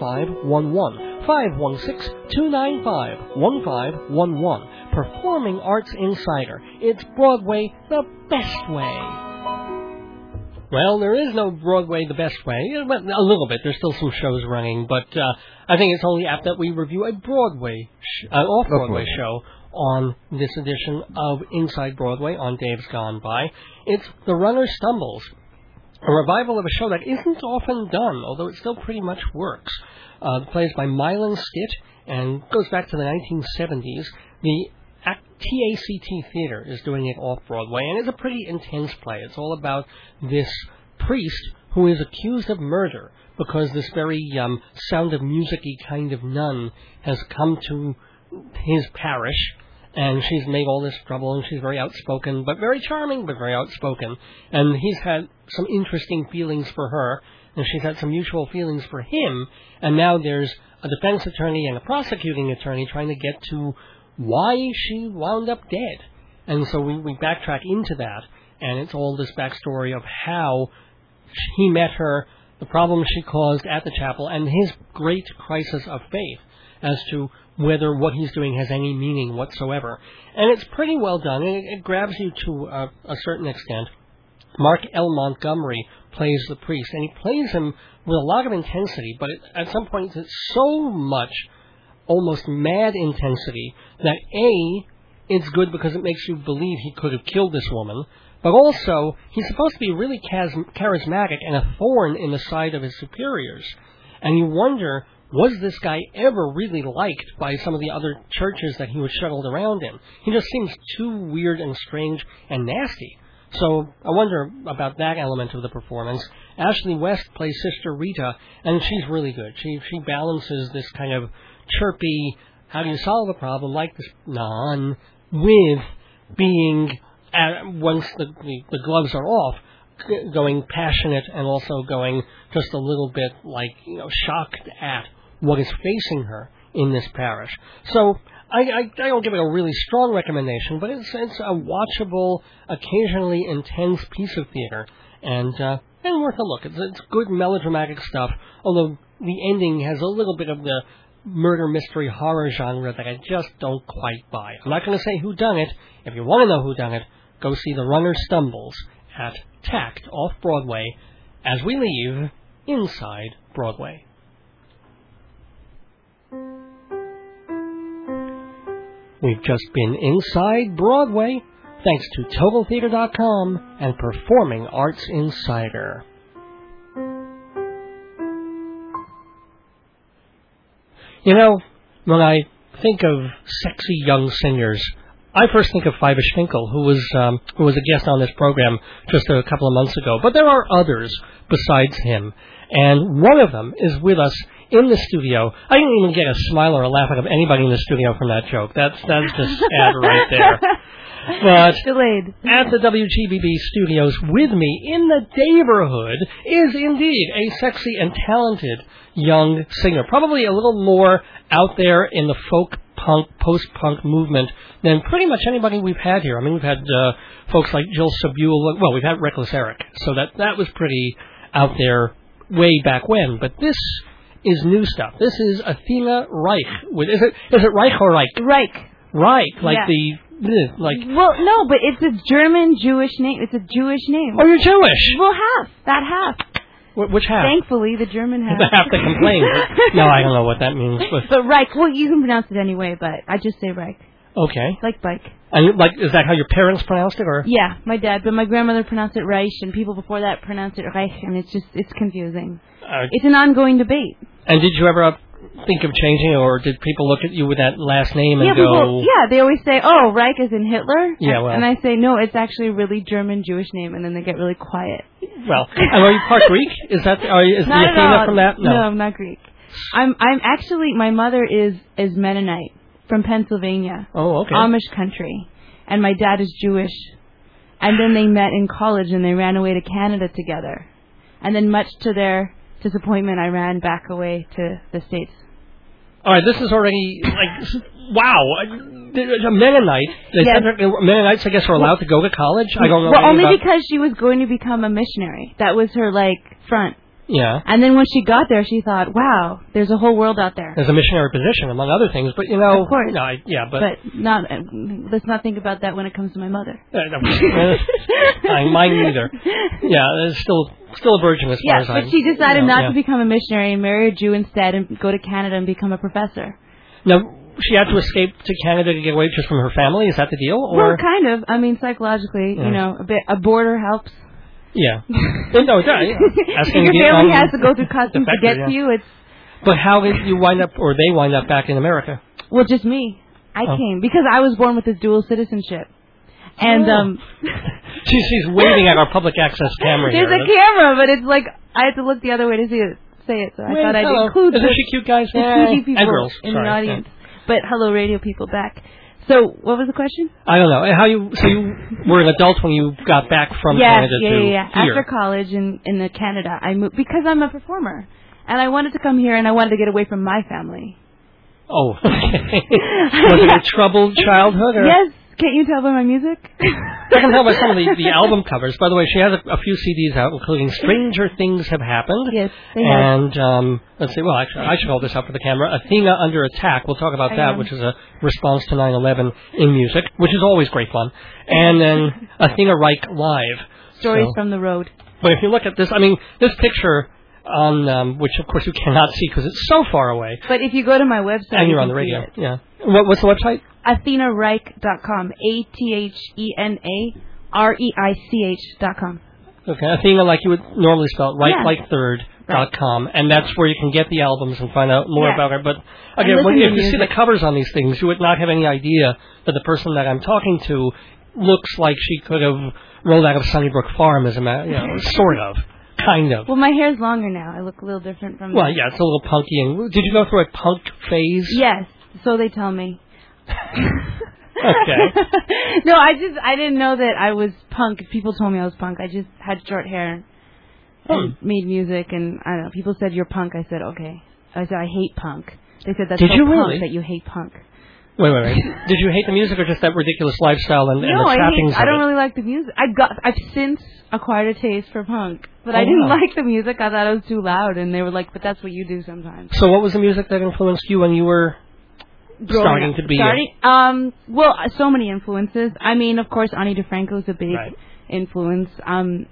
516-295-1511. 516-295-1511. Performing Arts Insider. It's Broadway the best way. Well, there is no Broadway the best way. Eh, but A little bit. There's still some shows running, but uh, I think it's only apt that we review a Broadway, sh- an off-Broadway
Off-Broadway.
show on this edition of Inside Broadway on Dave's Gone By. It's The Runner Stumbles, a revival of a show that isn't often done, although it still pretty much works. Uh, the play is by Mylan Stitt and goes back to the 1970s. The Ac- TACT Theater is doing it off Broadway, and it's a pretty intense play. It's all about this priest who is accused of murder because this very um, sound of music y kind of nun has come to his parish and she's made all this trouble and she's very outspoken but very charming but very outspoken and he's had some interesting feelings for her and she's had some mutual feelings for him and now there's a defense attorney and a prosecuting attorney trying to get to why she wound up dead and so we, we backtrack into that and it's all this backstory of how he met her, the problem she caused at the chapel, and his great crisis of faith as to whether what he's doing has any meaning whatsoever. And it's pretty well done, and it, it grabs you to a, a certain extent. Mark L. Montgomery plays the priest, and he plays him with a lot of intensity, but it, at some point it's so much almost mad intensity that A, it's good because it makes you believe he could have killed this woman, but also he's supposed to be really chas- charismatic and a thorn in the side of his superiors. And you wonder, was this guy ever really liked by some of the other churches that he was shuttled around in? He just seems too weird and strange and nasty. So I wonder about that element of the performance. Ashley West plays Sister Rita, and she's really good. She she balances this kind of chirpy, how do you solve a problem like this non with being uh, once the, the the gloves are off, g- going passionate and also going just a little bit like you know shocked at what is facing her in this parish. So I, I, I don't give it a really strong recommendation, but it's it's a watchable, occasionally intense piece of theater, and uh, and worth a look. It's, it's good melodramatic stuff, although the ending has a little bit of the murder mystery horror genre that I just don't quite buy. I'm not going to say who done it. If you want to know who done it, go see The Runner Stumbles at Tact off Broadway. As we leave inside Broadway. We've just been inside Broadway thanks to TotalTheater.com and Performing Arts Insider. You know, when I think of sexy young singers, I first think of Fiva Schminkel, who was um, who was a guest on this program just a couple of months ago. But there are others besides him, and one of them is with us in the studio. I didn't even get a smile or a laugh out of anybody in the studio from that joke. That's that's just sad right there. But
Delayed.
at the WGBB studios with me in the neighborhood is indeed a sexy and talented young singer. Probably a little more out there in the folk punk, post punk movement than pretty much anybody we've had here. I mean, we've had uh, folks like Jill Sabule. Well, we've had Reckless Eric. So that, that was pretty out there way back when. But this is new stuff. This is Athena Reich. With, is, it, is it Reich or Reich?
Reich.
Reich, like
Yeah.
the. Like,
Well, no, but it's a German Jewish name. It's a Jewish name.
oh, you're Jewish.
Well, half. That half.
Wh- Which half?
Thankfully, the German half.
I have to complain. no, I don't know what that means. But
But Reich. Well, you can pronounce it anyway, but I just say Reich.
okay,
Like bike.
and like, is that how your parents pronounced it, or
Yeah, my dad, but my grandmother pronounced it Reich, and people before that pronounced it Reich, and it's just, it's confusing.
uh,
It's an ongoing debate.
and did you ever uh, think of changing, it, or did people look at you with that last name and
yeah,
go,
people, yeah, they always say, oh, Reich is in Hitler.
Yeah, well.
And I say, no, it's actually a really German Jewish name, and then they get really quiet.
well, and are you part Greek? Is that are you, is the
Not at
Athena
all.
from that?
no, I'm not Greek. I'm, I'm actually, my mother is, is Mennonite from Pennsylvania.
Oh, okay.
Amish country, and my dad is Jewish. And then they met in college, and they ran away to Canada together. And then, much to their disappointment, I ran back away to the states.
All right, this is already like s- wow. I- there's A Mennonite. They
Yes.
said that Mennonites, I guess, are allowed to go to college. I don't know.
Well,
anything
only
about,
because she was going to become a missionary. That was her like front.
yeah.
And then when she got there, she thought, "Wow, there's a whole world out there."
There's a missionary position, among other things, but you know,
Of course.
no, I, yeah,
But not. uh, Let's not think about that when it comes to my mother.
Uh, no. I- mine neither. Yeah, it's still still a virgin as far
Yeah,
as I'm.
but she decided
you know,
not
yeah.
to become a missionary and marry a Jew instead, and go to Canada and become a professor.
Now she had to escape to Canada to get away just from her family. Is that the deal? Or
well, kind of. I mean, psychologically,
Yeah.
you know, a bit a border helps.
yeah, no, it does. Yeah.
if
Asking
your
to get,
family
um,
has to go through customs to
defector,
get
yeah.
to you, it's
But how did you wind up, or they wind up back in America?
well, just me. I
Oh.
came because I was born with this dual citizenship, and
Oh.
um,
She, she's waving at our public access camera
there's
here.
a camera, but it's like I had to look the other way to see it, say it. So I
Wait,
thought I'd
hello.
include
Isn't
the-
she cute, guys?
the
Yeah.
Fuji people
Uh, and girls.
in
Sorry.
the
yeah.
audience. But hello, radio people back. So what was the question?
I don't know And how you. So you were an adult when you got back from
yes,
Canada
yeah,
to
yeah, yeah.
here.
After college in in the Canada, I moved because I'm a performer, and I wanted to come here, and I wanted to get away from my family.
oh, okay. was it a troubled childhood? Or?
Yes, can't you tell by my music?
I can tell by some of the, the album covers. By the way, she has a, a few CDs out, including Stranger Things Have Happened.
Yes, they have.
and um, let's see. Well, actually, I should hold this up for the camera. Athena Under Attack. We'll talk about
I
that,
am.
which is a response to 9/11 in music, which is always great fun. And then Athena Reich Live.
Stories
So-
from the road.
But if you look at this, I mean, this picture on um, which, of course, you cannot see because it's so far away,
But if you go to my website,
and
you
you're on
can
the radio.
see it.
Yeah. What, what's the website?
AthenaReich.com. A T H E N A R E I C H dot com.
Okay, Athena, like you would normally spell, right,
Yeah.
like third dot com, and that's where you can get the albums and find out more
Yeah.
about her. But
And
again, when,
listen to
if you see
music.
the covers on these things, you would not have any idea that the person that I'm talking to looks like she could have rolled out of Sunnybrook Farm, as a ma- you know, sort of, kind of.
Well, my hair's longer now. I look a little different from.
Well, yeah, it's a little punky. And did you go through a punk phase?
Yes, so they tell me.
Okay.
no, I just I didn't know that I was punk. People told me I was punk. I just had short hair and made music, and I don't know. People said you're punk. I said okay. I said I hate punk. They said that's
Did
so
you
punk
really?
that you hate punk.
Wait, wait, wait. did you hate the music or just that ridiculous lifestyle and, and
no,
the
I
trappings
hate. I
of
don't
it?
really like the music. I got. I've since acquired a taste for punk, but I
Oh,
didn't
wow.
like the music. I thought it was too loud, and they were like, "But that's what you do sometimes."
So, what was the music that influenced you when you were starting
growing up.
to be? a-
starting um well uh, so many influences i mean of course ani defranco is a big
Right.
influence um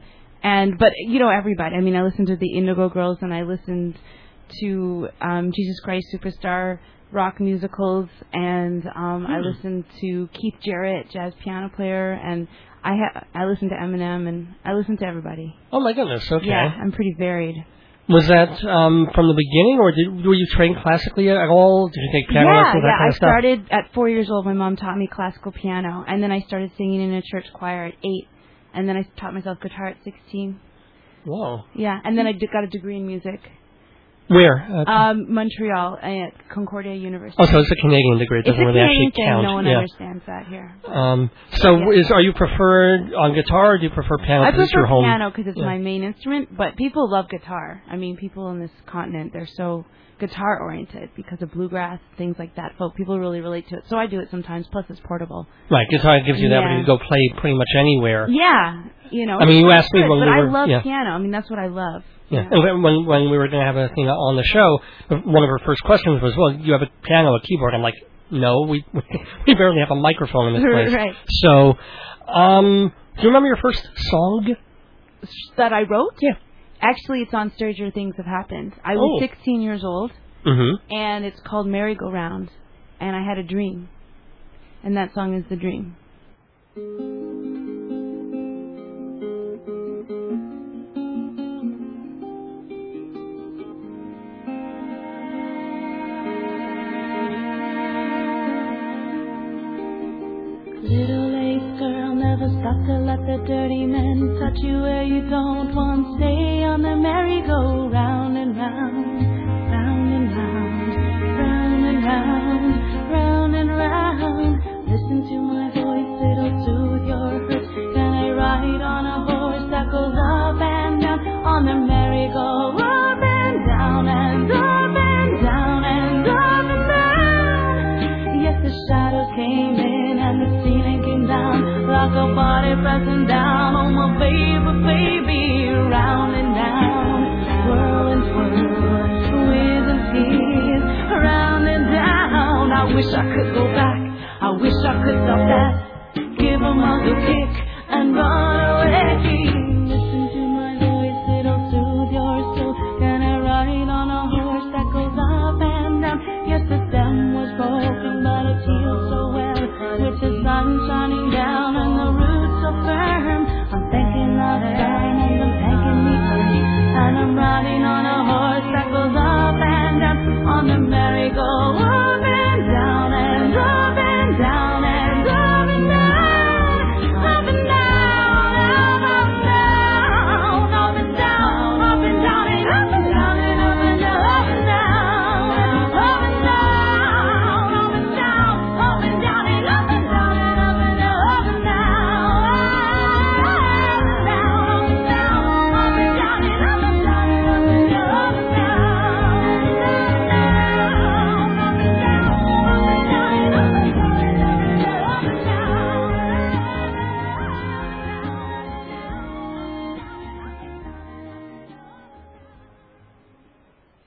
And but you know everybody. I mean, I listened to the Indigo Girls and I listened to um, Jesus Christ Superstar rock musicals and um,
Hmm.
I listened to Keith Jarrett, jazz piano player, and I ha- I listened to Eminem and I listened to everybody.
Oh my goodness. Okay.
Yeah, I'm pretty varied.
Was that um, from the beginning, or did were you trained classically at all? Did you take piano
yeah,
lessons, that
yeah.
kind
I
of stuff?
started at four years old. My mom taught me classical piano, and then I started singing in a church choir at eight, and then I taught myself guitar at sixteen.
Whoa.
Yeah, and then I d- got a degree in music,
Where? Uh,
um, Montreal at Concordia University.
oh, so it's a Canadian degree. It
it's a
doesn't really
Canadian
actually
thing.
count.
No one
yeah.
understands that here.
Um, so
Yeah.
is are you preferred on guitar, or do you prefer piano?
I
'cause it's
prefer
your home.
piano because it's
Yeah.
my main instrument, but people love guitar. I mean, people on this continent they're so guitar oriented because of bluegrass things like that. Folk people really relate to it, so I do it sometimes. Plus, it's portable.
Right, guitar gives you the ability to
Yeah.
go play pretty much anywhere.
Yeah, you know.
I mean, you
it's
asked me
good,
when
but
we
I
were-
love
yeah.
piano. I mean, that's what I love.
Yeah.
you know.
And when- when when we were going to have a thing on the show, one of her first questions was, "Well, you have a piano, a keyboard?" I'm like, "No, we we barely have a microphone in this place."
Right.
So, um, do you remember your first song?
That I wrote.
Yeah.
Actually, it's on Stranger Things Have Happened. I
Oh.
was 16 years old,
Mm-hmm.
and it's called Merry Go Round, and I had a dream, and that song is the dream.
Little late girl, never stop to let the dirty men touch you where you don't want. Stay on the merry-go-round and round, round and round, round and round, round and round. Listen to my voice, it'll soothe your hurt. Can I ride on a horse that goes up and down on the merry-go? Up and down and up and down and up and down. Yes, the shadows came in and the ceiling came down. Rock a body pressing down on my baby, baby. Round and down, whirl and twirl, with and tears. Round and down. I wish I could go back. I wish I could stop that. Give a mother kick and run away. Listen to my voice, it'll soothe your soul. Can I ride on a horse that goes up and down? Yes, the stem was broken, but it healed so well. With the sun shining down and the roots so firm, I'm thinking of them and I'm taking me home. And I'm riding on a horse that goes up and down on the merry-go, up and down and up and down and up and down, up and down, up and down, up and down, up and down and up and down and up and down, up and down, up and down, up and down, up and down and up and down and up and down, up and down, up and down, up and down and up and down and up and down, up and down, up and down, up and down and up and down and up and down, up and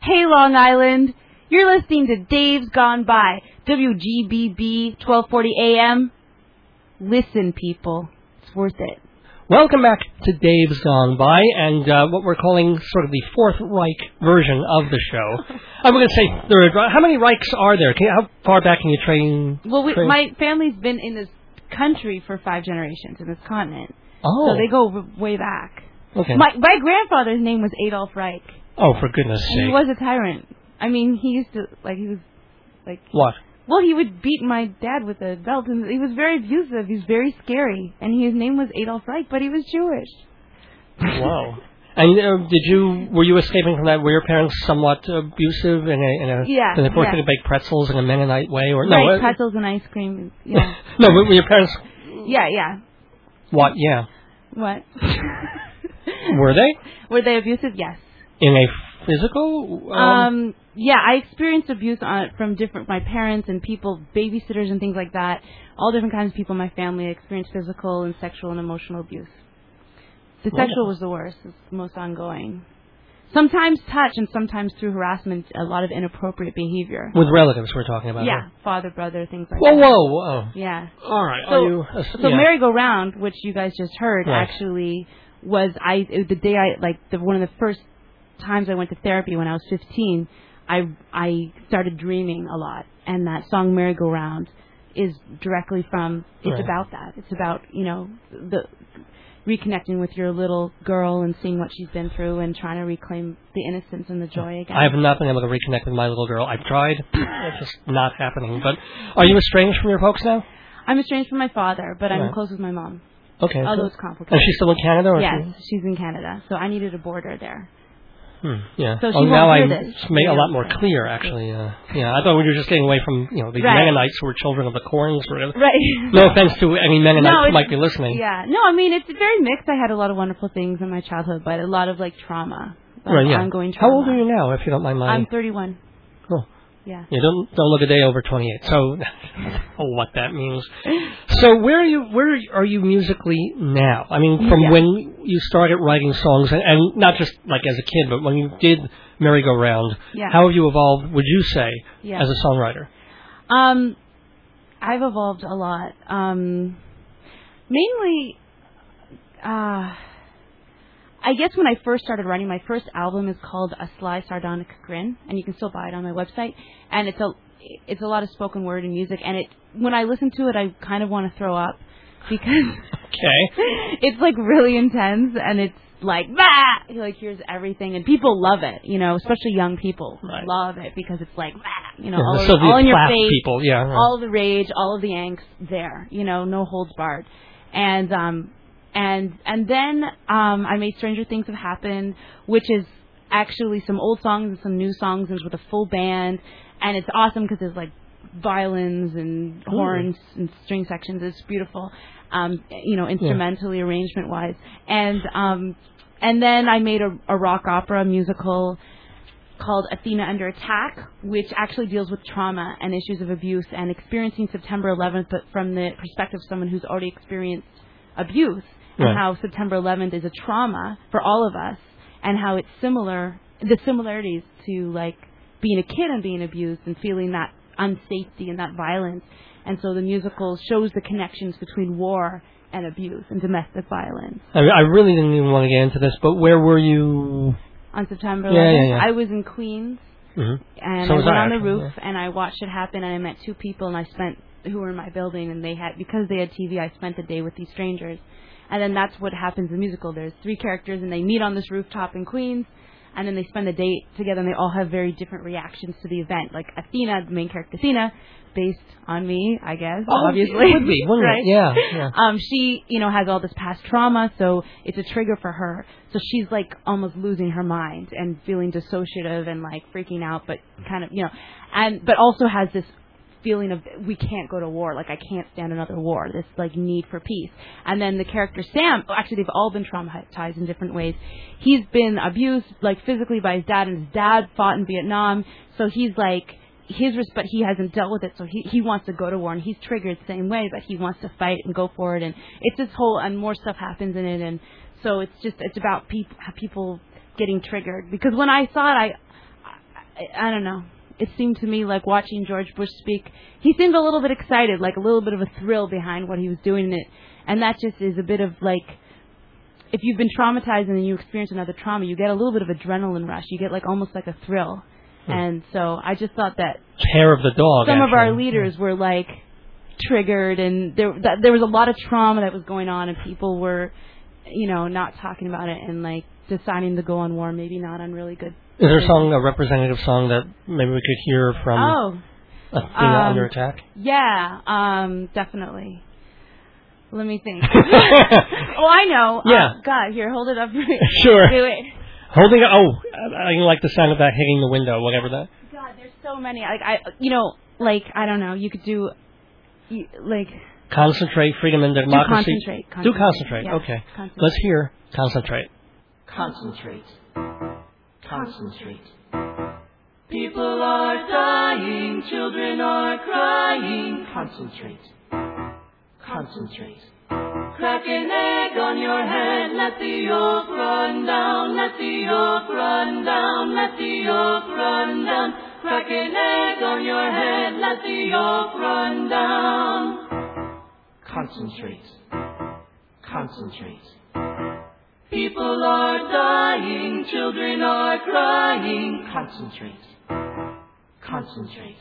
Hey, Long Island. You're listening to Dave's Gone By, WGBB, 1240 AM. Listen, people. It's worth it.
Welcome back to Dave's Gone By, and uh, what we're calling sort of the Fourth Reich version of the show. I'm going to say third. Reich. How many Reichs are there? Can you, how far back can you train?
Well, we,
train?
my family's been in this country for five generations, in this continent.
oh,
So they go w- way back.
okay.
My, my grandfather's name was Adolf Reich.
oh, for goodness'
And he
sake!
was a tyrant. I mean, he used to, like, he was, like,
What?
well, he would beat my dad with a belt, and he was very abusive. He's very scary. And his name was Adolf Reich, but he was Jewish.
Wow. And uh, did you were you escaping from that? Were your parents somewhat abusive in a in a
Yeah,
and they forced you
yeah.
to bake pretzels in a Mennonite way or no?
right,
uh,
pretzels and ice cream. Yeah,
no, were were your parents
yeah, yeah.
what? Yeah,
What?
were they
Were they abusive? Yes.
in a physical? Um,
Um, yeah, I experienced abuse on from different my parents and people, babysitters and things like that. All different kinds of people in my family experienced physical and sexual and emotional abuse. The sexual was the worst, it's the most ongoing. Sometimes touch and sometimes through harassment, a lot of inappropriate behavior.
with relatives, we're talking about.
Yeah, father, brother, things like
Whoa,
that.
whoa, whoa!
Yeah.
All right.
So-
are you, uh,
So
yeah.
merry-go-round, which you guys just heard,
Right.
actually was I it was the day I like the one of the first times I went to therapy when I was 15. I I started dreaming a lot, and that song "Merry Go Round" is directly from. It's
Right.
about that. It's about you know the reconnecting with your little girl and seeing what she's been through and trying to reclaim the innocence and the joy again.
I have not been able to reconnect with my little girl. I've tried. It's just not happening. But are you estranged from your folks now?
I'm estranged from my father, but I'm
Right.
close with my mom.
Okay.
Although
So,
it's
and
complicated.
Oh, she's still in Canada? Or
yes, she's in Canada, so I needed a border there.
She, hmm, yeah.
So she
oh,
won't
now
hear
I'm
this.
it's made a lot more
Yeah.
clear, actually. Uh, yeah, I thought we were just getting away from, you know, the
Right.
Mennonites who were children of the corns. Or whatever.
Right.
No offense to any Mennonites
No,
who
it's-
might be listening.
Yeah. No, I mean it's very mixed. I had a lot of wonderful things in my childhood, but a lot of like trauma, like,
Right, yeah.
ongoing trauma.
How old are you now, if you don't mind my...
I'm 31.
Cool.
Yeah.
You don't don't look a day over 28. So, oh, what that means. So, where are you? Where are you musically now? I mean, from
Yeah.
when you started writing songs, and, and not just like as a kid, but when you did Merry Go Round,
Yeah.
how have you evolved? Would you say
Yeah.
as a songwriter?
Um, I've evolved a lot. Um, mainly, uh, I guess when I first started writing, my first album is called A Sly Sardonic Grin, and you can still buy it on my website. And it's a it's a lot of spoken word and music. And it when I listen to it, I kind of want to throw up because
Okay.
it's like really intense and it's like that like here's everything and people love it you know especially young people
Right.
love it because it's like that you know
Yeah,
all,
the
over-
Sylvia
all in your
Plath
face
people. Yeah. right.
all the rage all of the angst there you know no holds barred and um and and then um i made stranger things have happened which is actually some old songs and some new songs and it's with a full band and it's awesome because there's like violins and horns and string sections it's beautiful um you know instrumentally arrangement wise and um and then i made a, a rock opera musical called Athena Under Attack, which actually deals with trauma and issues of abuse and experiencing September 11th, but from the perspective of someone who's already experienced abuse and
Right.
how September 11th is a trauma for all of us and how it's similar, the similarities to like being a kid and being abused and feeling that unsafety and that violence. And so the musical shows the connections between war and abuse and domestic violence.
I, I really didn't even want to get into this, but where were you?
On September 11th,
Yeah, yeah, yeah.
I was in Queens
Mhm.
and
So
I
was
went
I,
on the
actually,
roof and I watched it happen and I met two people and I spent who were in my building and they had because they had TV I spent the day with these strangers and then that's what happens in the musical there's three characters and they meet on this rooftop in Queens and then they spend the day together and they all have very different reactions to the event like Athena the main character Athena based on me I guess
Oh,
obviously
it would be, wouldn't it?
right?
Yeah, yeah.
um she you know has all this past trauma so it's a trigger for her so she's like almost losing her mind and feeling dissociative and like freaking out but kind of you know and but also has this feeling of we can't go to war like i can't stand another war this like need for peace and then the character sam oh, actually they've all been traumatized in different ways he's been abused like physically by his dad and his dad fought in vietnam so he's like his risk, but he hasn't dealt with it, so he he wants to go to war, and he's triggered the same way, but he wants to fight and go for it, and it's this whole and more stuff happens in it, and so it's just it's about people people getting triggered because when I saw it, I, I I don't know, it seemed to me like watching George Bush speak, he seemed a little bit excited, like a little bit of a thrill behind what he was doing, and it and that just is a bit of like if you've been traumatized and then you experience another trauma, you get a little bit of adrenaline rush, you get like almost like a thrill. And so I just thought that
Hair of the dog.
some of our
actually.
leaders were like triggered and there that, there was a lot of trauma that was going on and people were you know not talking about it and like deciding to go on war maybe not on really good
Is there a song, a representative song that maybe we could hear from
oh
Athena
um,
Under Attack?
yeah um definitely let me think
Holding
oh i know
Yeah.
uh, god here hold it up for me
Sure.
wait wait
it. Oh, I, I like the sound of that hitting the window, whatever that.
god there's so many like i you know like i don't know you could do you, like
Concentrate, freedom and
do
democracy.
concentrate,
Do concentrate.
concentrate yeah,
Okay.
concentrate.
Let's hear concentrate.
Concentrate. Concentrate. People are dying, children are crying. Concentrate. Concentrate. Crack an egg on your head, let the yolk run down, let the yolk run down, let the yolk run down. Crack an egg on your head, let the yolk run down. Concentrate. Concentrate. People are dying, children are crying. Concentrate. Concentrate.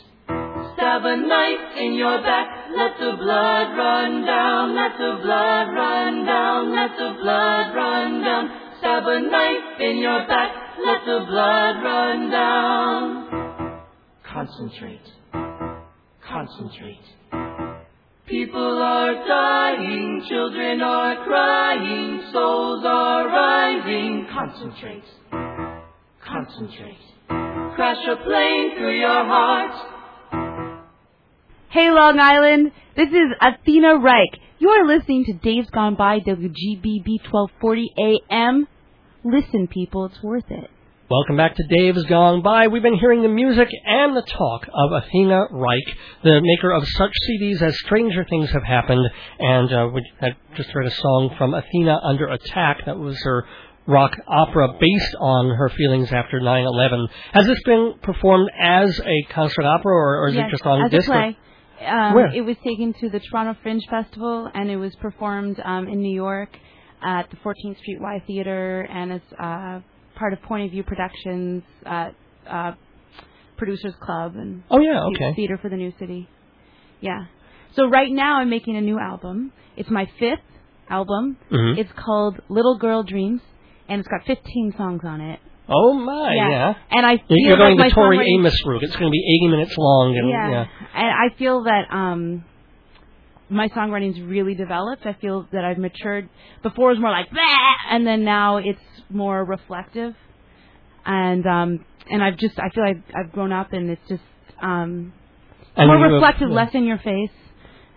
Stab a knife in your back, let the blood run down, let the blood run down, let the blood run down. Stab a knife in your back, let the blood run down. Concentrate. Concentrate. People are dying, children are crying, souls are rising. Concentrate. Concentrate. Crash a plane through your heart.
Hey, Long Island. This is Athena Reich. You are listening to Dave's Gone By, WGBB 1240 AM. Listen, people, it's worth it.
Welcome back to Dave's Gone By. We've been hearing the music and the talk of Athena Reich, the maker of such CDs as Stranger Things Have Happened, and uh, we had just heard a song from Athena Under Attack that was her rock opera based on her feelings after 9-11. Has this been performed as a concert opera, or, or is
yes,
it just on
as
disc?
a play. Um,
Where?
It was taken to the Toronto Fringe Festival and it was performed um, in New York at the 14th Street Y Theater and it's uh, part of Point of View Productions uh, uh, Producers Club and
Oh, yeah,
the-
okay.
Theater for the New City. Yeah. So right now I'm making a new album. It's my fifth album.
Mhm.
It's called Little Girl Dreams, and it's got 15 songs on it.
Oh, my, yeah.
And I feel
You're you're going
like my
the Tori
songwriting-
Amos route. It's going to be 80 minutes long. And,
yeah. And I feel that um my songwriting's really developed. I feel that I've matured. Before it was more like that, and then now it's more reflective. And um and I've just I feel I've I've grown up and it's just um
And
more
you have-
reflective,
yeah.
less in your face.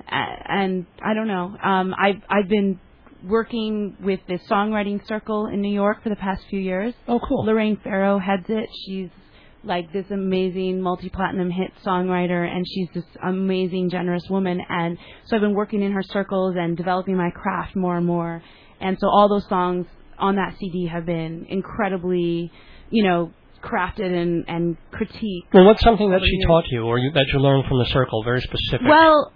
A- And I don't know. Um I've I've been working with this songwriting circle in New York for the past few years.
Oh, cool.
Lorraine Farrow heads it. She's like this amazing multi-platinum hit songwriter, and she's this amazing, generous woman. And so I've been working in her circles and developing my craft more and more. And so all those songs on that CD have been incredibly, you know, crafted and and critiqued
Well, what's something that
Over
she
years.
taught you, or you, that you learned from the circle, very specific?
Well,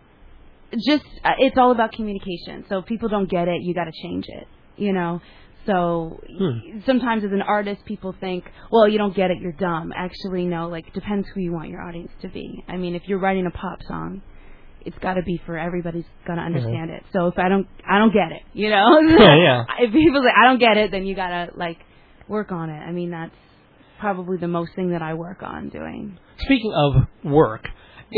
just uh, it's all about communication. So if people don't get it, you got to change it. You know. So
Hmm.
y sometimes as an artist, people think, well, you don't get it, you're dumb. Actually, no. Like depends who you want your audience to be. I mean, if you're writing a pop song. It's got to be for everybody's gonna understand it. So if I don't, I don't get it. You know,
Mm-hmm. Yeah, yeah.
If people say I don't get it, then you gotta like work on it. I mean, that's probably the most thing that I work on doing.
Speaking of work,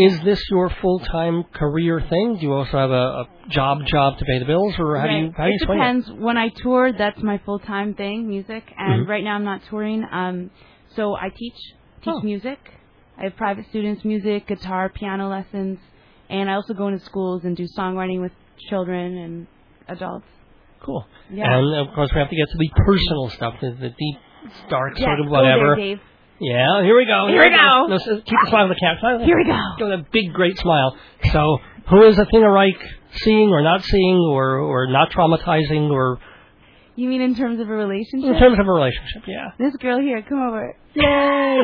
is this your full-time career thing? Do you also have a, a job job to pay the bills, or how do you
Right.
how do you
it
explain
depends. When I tour, that's my full time thing, music. And
Mm-hmm.
right now I'm not touring. Um, so I teach teach
Oh.
music. I have private students, music, guitar, piano lessons, and I also go into schools and do songwriting with children and adults.
it? Cool.
Yeah.
And of course, we have to get to the personal stuff, the, the deep, dark
yeah,
sort of
go
whatever.
there, Dave.
yeah. Here we go.
Here we go.
No, so keep the smile on the cat. Smile on the-
Here we go.
Give it a big, great smile. So, who is Athena Reich seeing or not seeing, or or not traumatizing, or
You mean in terms of a relationship?
in terms of a relationship? Yeah.
this girl here, come over.
Yay.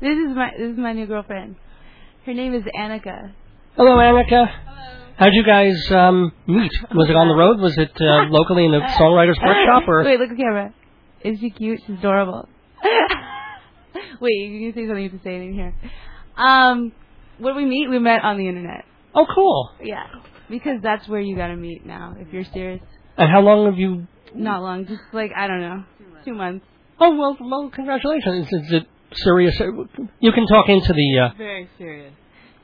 this is my this is my new girlfriend. Her name is Annika.
Hello, Annika. Hello. How'd you guys um, meet? Was it on the road? Was it uh, locally in the songwriters workshop? Or
Wait, look at the camera. Is she cute? She's adorable. Wait, you can say something you have to say in here. Um, when we meet, we met on the internet.
oh, cool.
Yeah, because that's where you gotta meet now if you're serious.
And how long have you?
Not long, just like I don't know, two months.
Oh well, well, congratulations. Is it serious? You can talk into the. Uh...
Very serious.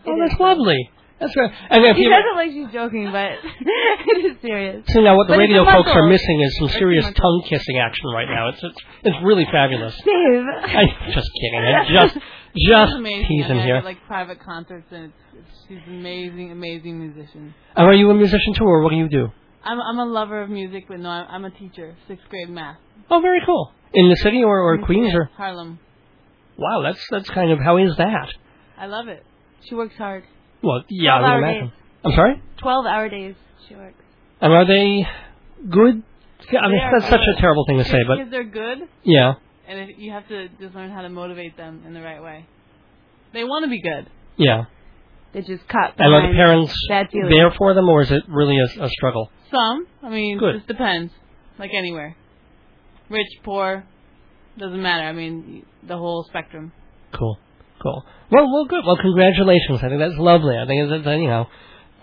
Oh, that's lovely. That's great. And if
She
you
doesn't like she's joking, but it is serious.
see now, what the
but it's
radio
a month
folks are
old.
missing is some
a
serious
month
tongue kissing action right now. It's it's it's really fabulous.
Dave.
I'm just kidding. I'm just just
amazing. I
teasing
mean, I
here.
did, like private concerts, and it's, it's, she's an amazing, amazing musician.
And are you a musician too, or what do you do?
I'm I'm a lover of music, but no, I'm, I'm a teacher, sixth grade math.
Oh, very cool. In the city or,
Mm-hmm.
or Queens or
Harlem.
wow, that's that's kind of how is that?
I love it.
she works hard.
Well, yeah, I would
Twelve-hour
imagine. I'm sorry.
Twelve hour days. She works.
And are they good? I mean,
They are
that's such a
good.
terrible thing to say, but
kids are good,
yeah.
and if, you have to just learn how to motivate them in the right way. They want to be good.
Yeah.
They just caught.
And are the
behind
parents
bad feelings.
there for them, or is it really a, a struggle?
Some, I mean,
Good.
just depends. like anywhere. Rich, poor, doesn't matter. I mean, the whole spectrum.
Cool. Cool. Well, well, good. Well, congratulations. I think that's lovely. I think it's, it's, you know,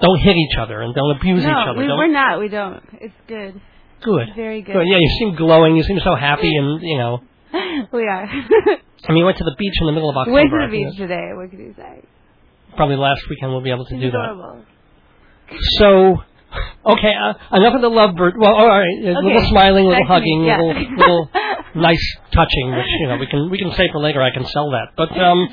don't hit each other and don't abuse
no,
each other.
we,
don't,
we're not. We don't. It's good.
good.
Very good.
Yeah, you seem glowing. You seem so happy, and you know.
we are.
I mean, you went to the beach in the middle of October.
Went to
I
the
think
beach today. What can you say?
that's Probably last weekend we'll be able to
It's
do that.
adorable.
So, okay, uh, enough of the lovebird. Well, all right, a little
Okay.
smiling, little
Back to
hugging,
me. Yeah.
little little nice touching, which you know we can we can save for later. I can sell that. But um,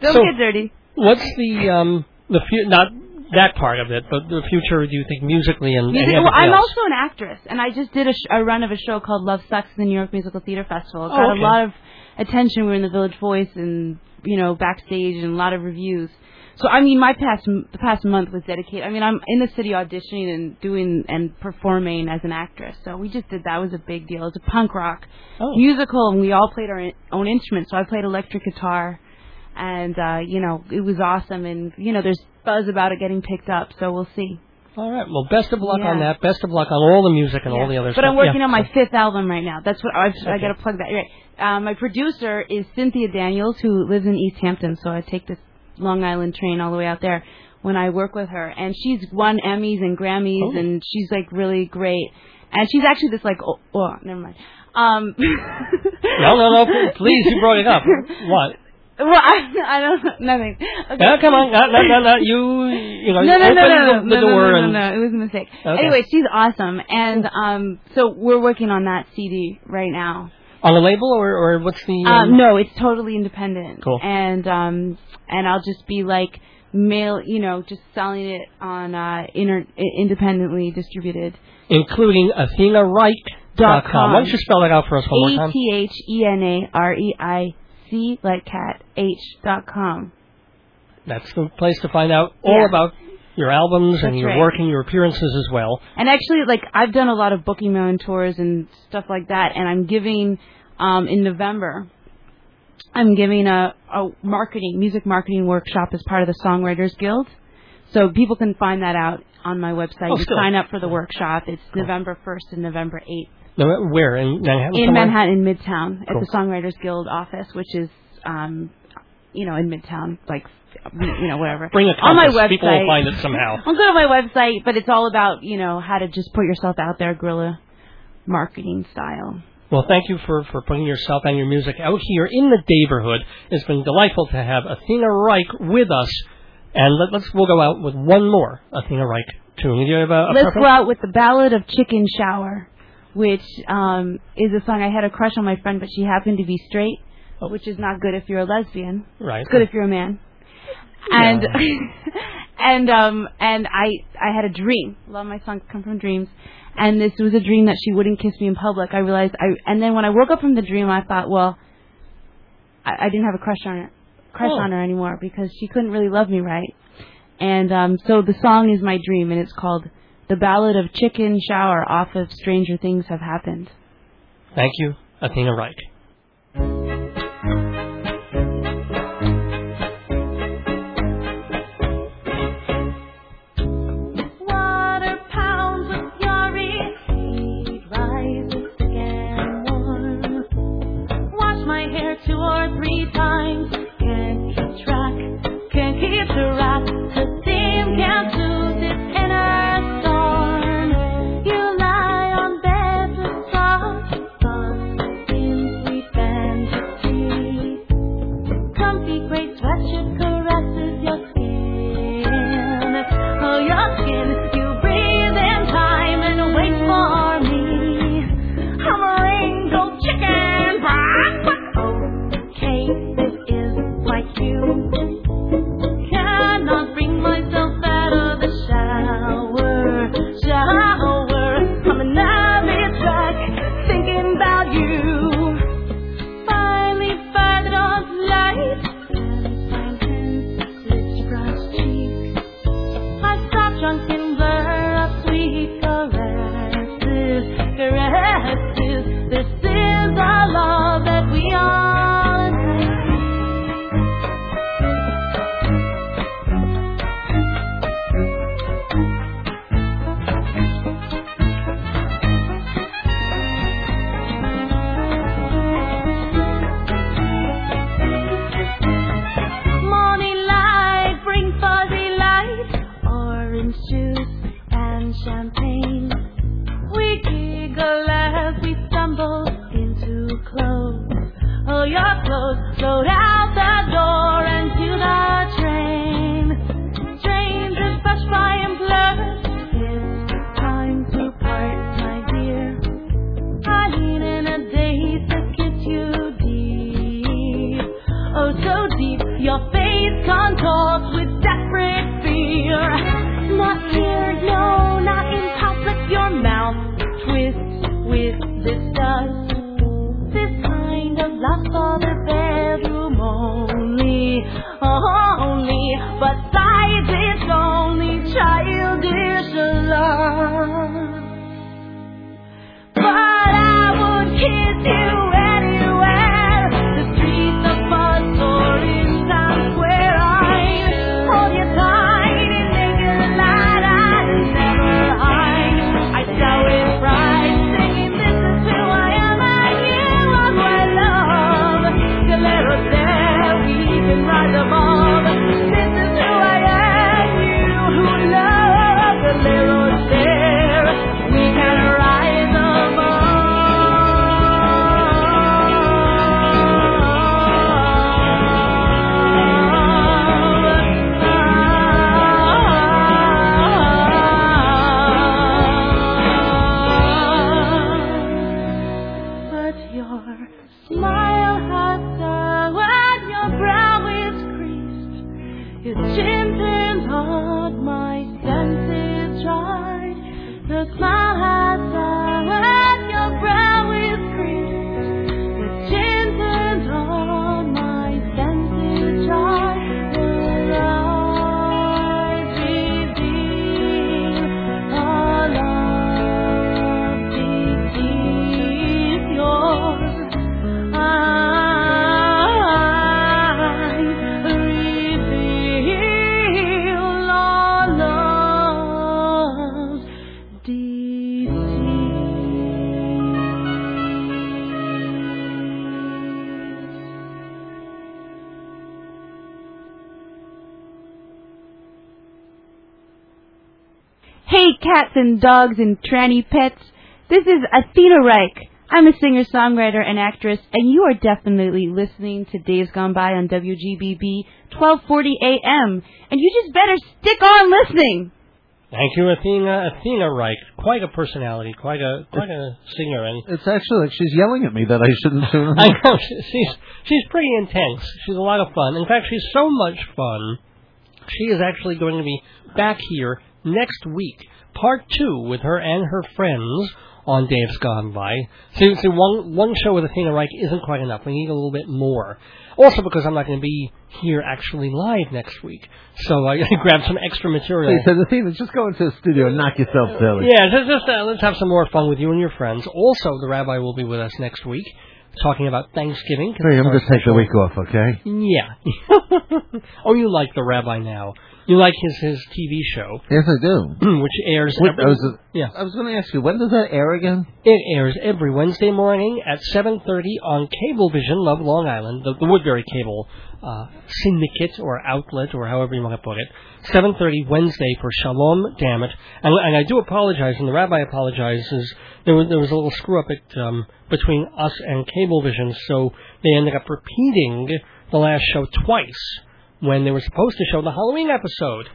Don't
So-
get dirty.
what's the um the fu- not that part of it, but the future? Do you think musically and,
Music-
and
well,
everything
I'm
else?
also an actress, and I just did a, sh- a run of a show called Love Sucks at the New York Musical Theater Festival. It
Oh,
got
okay.
a lot of attention. We were in the Village Voice and you know backstage and a lot of reviews. So I mean, my past m- the past month was dedicated. I mean, I'm in the city auditioning and doing and performing as an actress. So we just did that It was a big deal. It's a punk rock
Oh.
musical, and we all played our in- own instruments. So I played electric guitar. And uh, you know it was awesome, and you know there's buzz about it getting picked up, so we'll see.
all right. Well, best of luck on
Yeah.
that. Best of luck on all the music and all
Yeah.
the other
but
stuff.
I'm working
Yeah.
on my fifth album right now. That's what I've, I
Okay.
got to plug that. Right. Uh, my producer is Cynthia Daniels, who lives in East Hampton. So I take this Long Island train all the way out there when I work with her, and she's won Emmys and Grammys,
Oh.
and she's like really great. And she's actually this like oh, oh never mind. Um,
No, no, no! Please, you brought it up. What?
Well, I, I don't nothing. Okay.
Yeah, Oh, come on, no, no, no, no. You, you know,
no,
you
no,
open
no, no,
the,
no,
the
no,
door
no, no,
and
no, no, it was a mistake.
Okay.
Anyway, she's awesome, and um, so we're working on that CD right now.
on a label or or what's the?
Um, no, it's totally independent.
Cool.
And um, and I'll just be like mail, you know, just selling it on uh, inter- i- independently distributed.
including
Dot
AthenaReich.com.
com.
Why don't you spell that out for us one more
A
time?
T H E N A R E I C like cat H dot com.
That's the place to find out all
Yeah.
about your albums and
That's
your
right.
working, your appearances as well.
And actually, like I've done a lot of booking my own tours and stuff like that. And I'm giving um, in November. I'm giving a, a marketing music marketing workshop as part of the Songwriters Guild. So people can find that out on my website.
Oh,
you
still.
sign up for the workshop. It's November 1st and November 8th
No, Where in Manhattan?
in
somewhere?
Manhattan Midtown at
Cool.
the Songwriters Guild office, which is um, you know in Midtown, like you know whatever.
Bring a
on my
compass.
website.
People will find it somehow.
I'll go to my website, but it's all about, you know, how to just put yourself out there, guerrilla marketing style.
Well, thank you for, for putting yourself and your music out here in the neighborhood. It's been delightful to have Athena Reich with us. And let, let's we'll go out with one more Athena Reich tune. Do you have a, a
Let's
preference?
go out with the Ballad of Chicken Shower, which um, is a song I had a crush on my friend, but she happened to be straight, which is not good if you're a lesbian.
Right.
It's good if you're a man. And and um and I I had a dream. A lot of my songs come from dreams. And this was a dream that she wouldn't kiss me in public. I realized I and then when I woke up from the dream I thought, well, I, I didn't have a crush on her crush
Oh.
on her anymore because she couldn't really love me right. And um so the song is my dream and it's called The Ballad of Chicken Shower off of Stranger Things Have Happened.
Thank you, Athena Reich.
Water pounds with fury. Heat rises thick and warm. Wash my hair two or three times. Can't keep track. Can't keep track. The steam can't soothe this inner storm. You lie on beds with soft thoughts. Seems we
Oh, see your face contorts with desperate fear. Not here, no, not in public. Your mouth twists with disgust. This kind of love for the bedroom only, only. Besides, it's only childish love. But I would kiss you anywhere. The streets of Buzz or in Times Square. I'd hold you tight and make you light. I'd never hide. I'd go in pride, singing, "This is who I am, and you are my love." Galero, there we can rise above. This is who I am, you who love. Galero, there we can rise above. But your smile has soured, your brow is creased, your chin turned hard, my senses tried. The smile has soured, your brow is creased, your chin turned hard, my senses tried. The lies reveal a love beneath yours.
Hey, cats and dogs and tranny pets. This is Athena Reich. I'm a singer, songwriter, and actress, and you are definitely listening to Days Gone By on WGBB 12:40 a.m. And you just better stick on listening.
Thank you, Athena. Athena Reich, quite a personality, quite a quite a singer, and
It's actually like she's yelling at me that I shouldn't tune
I
in.
know she- she's she's pretty intense. She's a lot of fun. In fact, she's so much fun. She is actually going to be back here next week, part two, with her and her friends on Dave's Gone By. See, see one one show with Athena Reich isn't quite enough. We need a little bit more. Also, because I'm not going to be here actually live next week, so I grabbed some extra material.
He said, Athena, just go into the studio and knock yourself silly.
Yeah, just, just uh, let's have some more fun with you and your friends. Also, the rabbi will be with us next week, talking about Thanksgiving. 'cause
Hey,
it's
I'm
our
going to take the week off, okay?
yeah. oh, you like the rabbi now. You like his his TV show,
Yes, I do.
which airs
Wait,
every,
I was,
yeah.
I was going to ask you, when does that air again?
it airs every Wednesday morning at 7:30 on Cablevision of Long Island, the, the Woodbury cable uh, syndicate or outlet or however you want to put it. 7:30 Wednesday for Shalom, damn it! And, and I do apologize, and the rabbi apologizes. There was there was a little screw up at, um, between us and Cablevision, so they ended up repeating the last show twice when they were supposed to show the Halloween episode.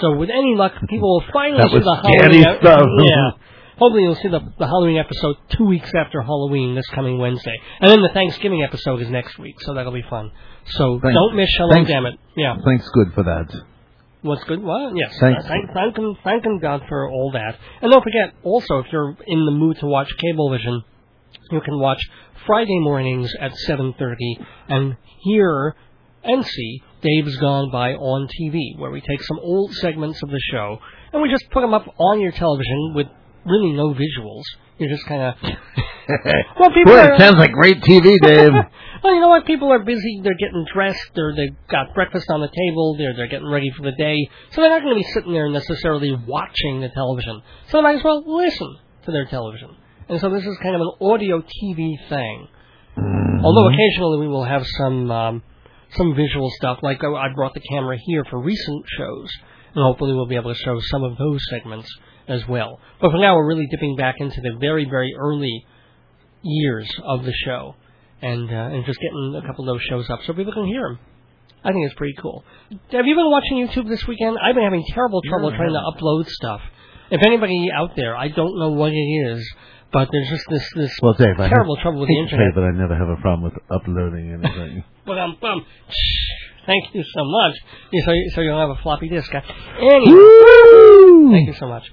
So with any luck, people will finally
That
see
was
the
scary
Halloween. ep-
stuff.
Yeah. Hopefully you'll see the, the Halloween episode two weeks after Halloween this coming Wednesday. And then the Thanksgiving episode is next week, so that'll be fun. So
Thanks.
don't miss Shalom
Thanks.
Damn it. Yeah.
Thanks, good for that.
What's good? Well, yes.
Thanks.
Uh, Thank, thank, him, thank him, God, for all that. And don't forget, also, if you're in the mood to watch Cablevision, you can watch Friday mornings at 7.30 and hear and see Dave's Gone By on TV, where we take some old segments of the show and we just put them up on your television with really no visuals. You're just kind of... well, people
Boy,
are,
it sounds like great TV, Dave.
well, you know what? People are busy. They're getting dressed. They're they've got breakfast on the table. They're they're getting ready for the day. So they're not going to be sitting there necessarily watching the television. So they might as well listen to their television. And so this is kind of an audio TV thing. Although occasionally we will have some um, some visual stuff. Like oh, I, I brought the camera here for recent shows, and hopefully we'll be able to show some of those segments as well. But for now, we're really dipping back into the very very early years of the show and uh, and just getting a couple of those shows up so people can hear them. I think it's pretty cool. Have you been watching YouTube this weekend? I've been having terrible trouble
I
trying to upload stuff. If anybody out there, I don't know what it is, but there's just this this
Well, Dave, I
terrible
have,
trouble with the
hate to say,
internet.
but I never have a problem with uploading anything.
Well, um, um, thank you so much. Yeah, So, so you'll have a floppy disk. huh? Anyway,
Mm.
thank you so much.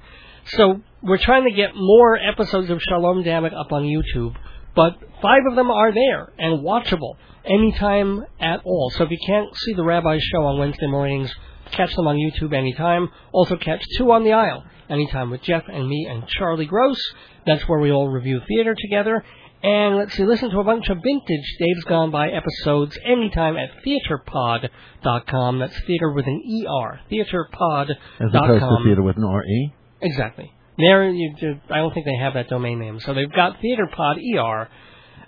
So we're trying to get more episodes of Shalom Dammit up on YouTube, but five of them are there and watchable anytime at all. So if you can't see the Rabbi's show on Wednesday mornings, catch them on YouTube anytime. Also catch Two on the Aisle anytime with Jeff and me and Charlie Gross. That's where we all review theater together. And let's see, listen to a bunch of vintage Dave's Gone By episodes anytime at theaterpod.com. That's theater with an ER, theaterpod.com.
As opposed to theater with an E? R-E.
Exactly. There, you, do- I don't think they have that domain name. So they've got TheaterPod ER,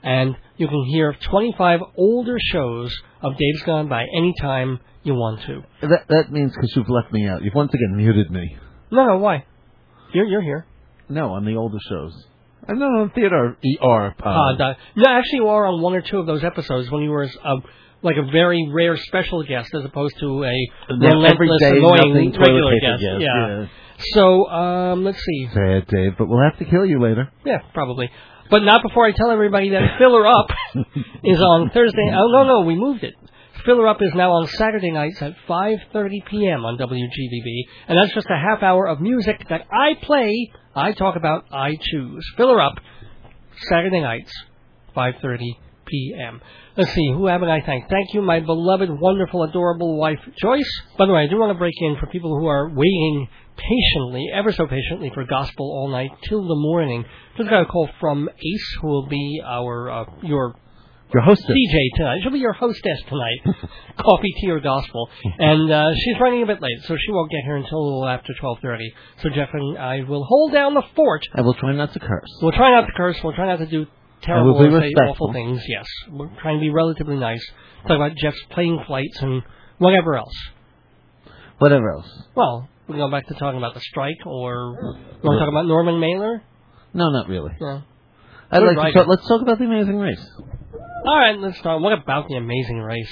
and you can hear 25 older shows of Dave's Gone By anytime you want to.
That, that means because you've left me out. You've once again muted me.
No, no, why? You're you're here.
No, on the older shows. I'm not on theater ER
Uh,
pod.
the- no, actually, you are on one or two of those episodes when you were um, like a very rare special guest as opposed to a relentless,
everyday
annoying
nothing toilet
regular
paper
guest. Yeah. So um, let's see.
Sad, Dave, but we'll have to kill you later.
Yeah, probably. But not before I tell everybody that Filler Up is on Thursday. Oh no, no, we moved it. Filler Up is now on Saturday nights at 5:30 p.m. on WGBB, and that's just a half hour of music that I play, I talk about, I choose. Filler Up, Saturday nights, 5:30 p.m. Let's see, who haven't I thanked? Thank you, my beloved, wonderful, adorable wife, Joyce. By the way, I do want to break in for people who are waiting patiently, ever so patiently, for gospel all night till the morning. Just got a call from Ace, who will be our uh, your
Your hostess.
DJ tonight. She'll be your hostess tonight. Coffee, tea, or gospel. And uh, she's running a bit late, so she won't get here until a little after 12:30. So Jeff and I will hold down the fort
I will try not to curse.
We'll try not to curse. We'll try not to do
I
terrible
will be
or say
respectful.
awful things. Yes, we're trying to be relatively nice. Talk about Jeff's plane flights and whatever else.
Whatever else.
Well, we can go back to talking about the strike, or you want to talk about Norman Mailer?
No, not really.
Yeah.
I'd
Good
like
writer.
to talk, let's talk about the Amazing Race.
All right, let's start. What about the Amazing Race?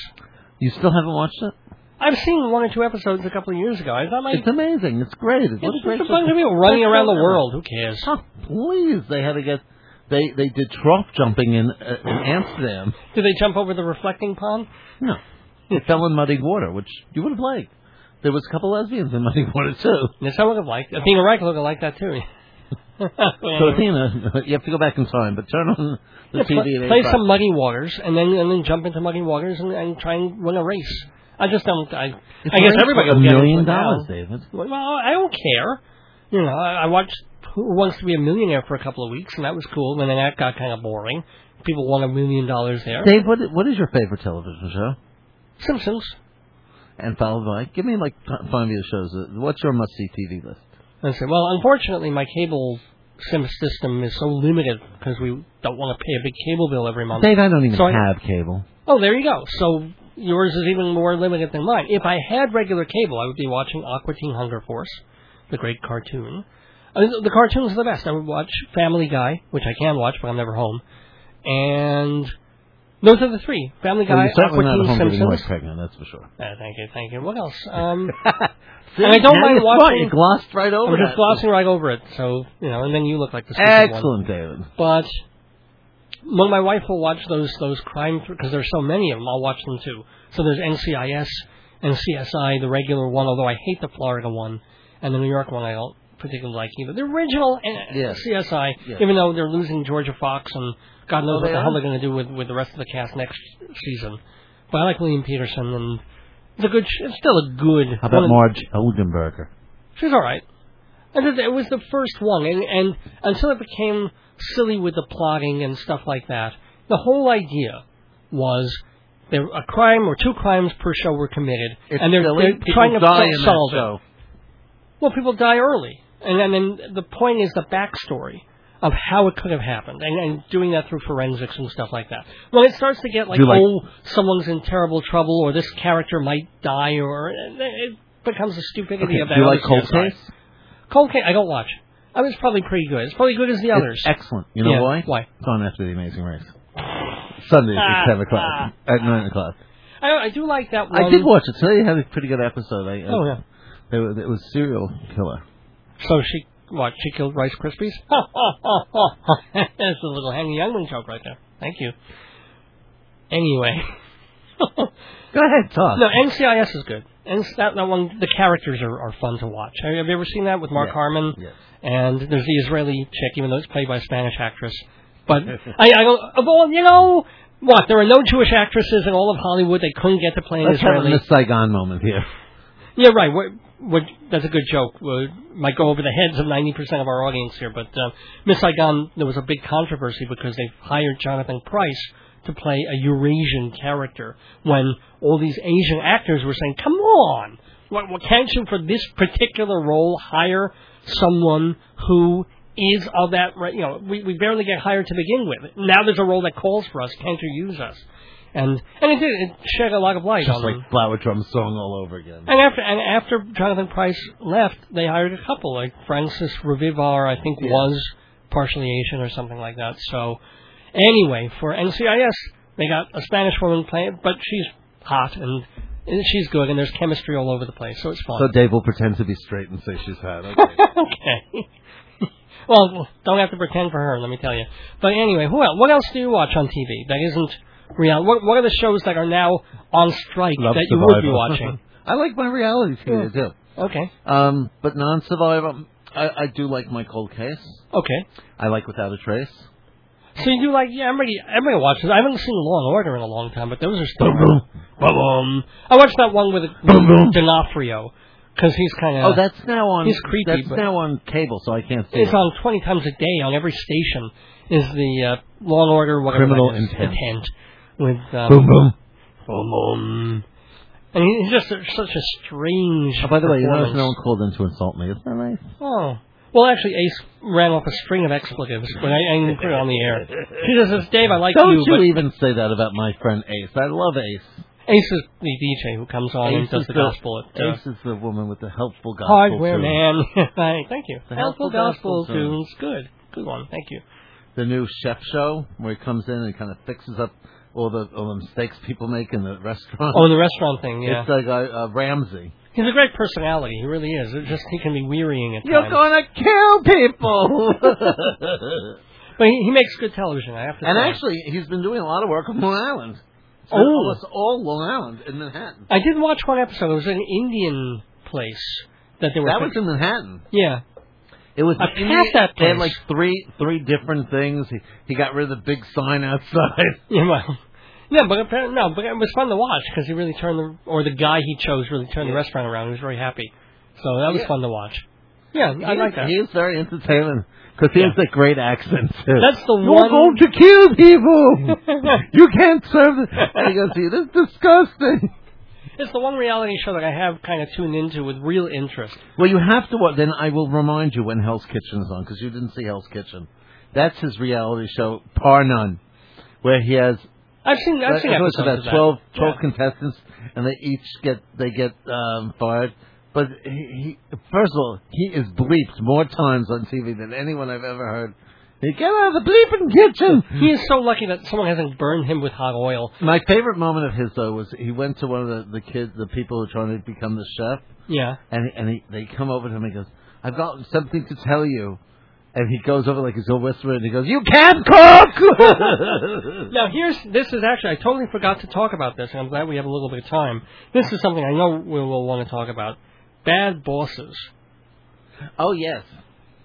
You still haven't watched it?
I've seen one or two episodes a couple of years ago. I thought my
It's amazing. It's great. It's, what
it's
a great
just a bunch
show.
of people running
Best
around
show
the
ever.
world. Who cares?
Oh, please! They had to get. They they did trough jumping in uh, in Amsterdam.
Did they jump over the reflecting pond?
No, it fell in muddy water, which you would have liked. There was a couple lesbians in muddy water too.
Yes, I would have liked. Athena Reich would have liked that too.
So Athena, you have to go back in time, but turn on the
Yeah,
TV.
pl-
at
play
8:00.
some muddy waters, and then and then jump into muddy waters and, and try and win a race. I just don't. I,
It's
I guess
worth
everybody
a
will get into
million
it
dollars,
now.
David.
Well, I don't care. You know, I, I watched Who Wants to Be a Millionaire for a couple of weeks, and that was cool. And then that got kind of boring. People won a million dollars there.
Dave, what what is your favorite television show?
Simpsons.
And followed by, give me like f- five of your shows. Uh, What's your must see TV list?
And say, well, unfortunately, my cable sim system is so limited because we don't want to pay a big cable bill every month.
Dave, I don't even
Um, So I-
have cable.
Oh, there you go. So yours is even more limited than mine. If I had regular cable, I would be watching Aqua Teen Hunger Force, the great cartoon. I mean, the cartoons are the best. I would watch Family Guy, which I can watch, but I'm never home. And those are the three: Family
Well,
Guy,
you're
Aqua
certainly not at
Teen,
home getting
Simpsons.
wife pregnant, that's for sure.
Uh, thank you, thank you. What else? Um,
See,
And I don't
now
mind
you're smart.
watching-
You glossed right over
I'm just
that.
glossing right over it. So you know, and then you look like the stupid one.
Excellent, David.
but when my wife will watch those those crime because there's so many of them, I'll watch them too. So there's NCIS and CSI, the regular one, although I hate the Florida one, and the New York one I don't particularly like either. The original uh,
Yes.
CSI,
Yes.
even though they're losing Georgia Fox and God knows
Oh,
what
they
the hell
are?
they're going to do with with the rest of the cast next season. But I like William Peterson and. It's a good. sh- It's still a good.
How
one
about
of-
Marge Oldenburger?
She's all right. And it it was the first one, and, and until it became silly with the plotting and stuff like that, the whole idea was there a crime or two crimes per show were committed,
It's
and they're,
silly.
they're
People
trying to
die in that
solve it.
show.
Well, people die early, and, and then the point is the backstory of how it could have happened, and, and doing that through forensics and stuff like that. When it starts to get like,
Do like-
oh, someone's in terrible trouble, or this character might die, or and it becomes a stupidity
Okay,
of
do
that.
you
other
like Cold
CSI.
Case?
Cold Case, I don't watch. I mean, it's probably pretty good. It's probably good as the others.
It's excellent. You know
Yeah,
why?
why? Ah,
It's on after The Amazing Race. Sundays at 7 o'clock. At 9 o'clock.
I, I do like that one.
I did watch it. Today had a pretty good episode. I, uh, I,
Oh yeah.
It was, it was Serial Killer.
So she What? She killed Rice Krispies? Ha ha ha ha! ha. That's a little Henny Youngman joke right there. Thank you. Anyway,
Go ahead, talk.
no, NCIS is good. And s- that, that one, the characters are, are fun to watch. Have you, have you ever seen that with Mark
Yeah.
Harmon?
Yes.
And there's the Israeli chick, even though it's played by a Spanish actress. But I, I don't, of all, you know, what? There are no Jewish actresses in all of Hollywood. They couldn't get to play an
Let's have a
Israeli.
Miss Saigon moment here.
Yeah, right. What, what, that's a good joke. Uh, might go over the heads of 90% of our audience here, but uh, Miss Saigon, there was a big controversy because they hired Jonathan Price to play a Eurasian character when all these Asian actors were saying, come on, what, what, can't you, for this particular role, hire someone who is of that, ra- you know, we, we barely get hired to begin with. Now there's a role that calls for us. Can't you use us? And and it did. It shed a lot of light on
Just like Flower Drum song all over again.
and after and after Jonathan Price left, they hired a couple like Francis Revivar, I think
Yeah.
was partially Asian or something like that. So anyway, for NCIS, they got a Spanish woman playing, but she's hot and, and she's good, and there's chemistry all over the place, so it's fun.
So Dave will pretend to be straight and say she's hot. Okay.
okay. well, don't have to pretend for her, let me tell you. But anyway, who else? What else do you watch on TV that isn't reality? What, what are the shows that are now on strike
Love
that you
Survivor.
would be watching?
I like my reality TV too.
Okay.
Um, but non-survivor, I, I do like my cold case.
Okay.
I like Without a Trace.
So you do like yeah, everybody everybody watches. I haven't seen Law and Order in a long time, but those are still. Ba-bum. I watched that one with
Boom, boom.
D'Onofrio because he's kind of.
oh, that's now on.
He's creepy,
That's
but-
now on cable, so I can't see
it's
it.
on twenty times a day on every station. Is the uh, Law and Order whatever
Criminal
that is,
Intent.
with um,
boom boom.
boom, boom. And he- he's just a, such a strange.
Oh, by the way, you notice
performance.
no one called in to insult me. Isn't that nice?
Oh. Well, actually, Ace ran off a string of expletives when I, I didn't put it on the air. She just says, "Dave, I like
Don't
you,
you
but
even say that about my friend Ace. I love Ace.
Ace is the DJ who comes on and
Ace
does
is
the
the-
gospel at uh,
Ace is the woman with the helpful gospel.
Hardware
tune.
Man. Hi, Thank you.
The
Helpful
Helpful
Gospel
Gospel
Tunes. Good. Good one. Thank you.
The new chef show where he comes in and kind of fixes up all the all the mistakes people make in the restaurant.
Oh, and the restaurant thing, yeah.
It's like uh, uh, Ramsey.
He's a great personality. He really is. It just he can be wearying at times.
gonna kill people.
but he, he makes good television, I have to
and
say.
actually, he's been doing a lot of work on Long Island. It's
Oh.
been almost all Long Island in Manhattan.
I did watch one episode. It was an Indian place that they were
That was in Manhattan.
Yeah.
It was
I
an
passed
Indian-
that
They had like
place.
three three different things. He, he got rid of the big sign outside.
Yeah, well, no, but apparently, no, but it was fun to watch because he really turned the or the guy he chose really turned the restaurant around. He was very happy, so that was
Yeah.
fun to watch. Yeah, I
He-
like that.
He is very entertaining because he
Yeah.
has that great accent too.
That's the
You're
one-
going to kill people. you can't serve. The... And he goes, "See, this is disgusting."
It's the one reality show that I have kind of tuned into with real interest.
Well, you have to watch. Then I will remind you when Hell's Kitchen is on because you didn't see Hell's Kitchen. That's his reality show, par none, where he has
I've seen I've seen
I
episodes
think it's about
of that.
12, 12
Yeah.
contestants, and they each get they get um, fired. But he, he, first of all, he is bleeped more times on TV than anyone I've ever heard. He get out of the bleeping kitchen.
He is so lucky that someone hasn't burned him with hot oil.
My favorite moment of his though was he went to one of the, the kids, the people who are trying to become the chef,
Yeah.
and and he, they come over to him and he goes, "I've got something to tell you." And he goes over like he's all whispering, and he goes, "You can't cook."
Now here's this is actually I totally forgot to talk about this, and I'm glad we have a little bit of time. This is something I know we will want to talk about. Bad bosses.
oh yes,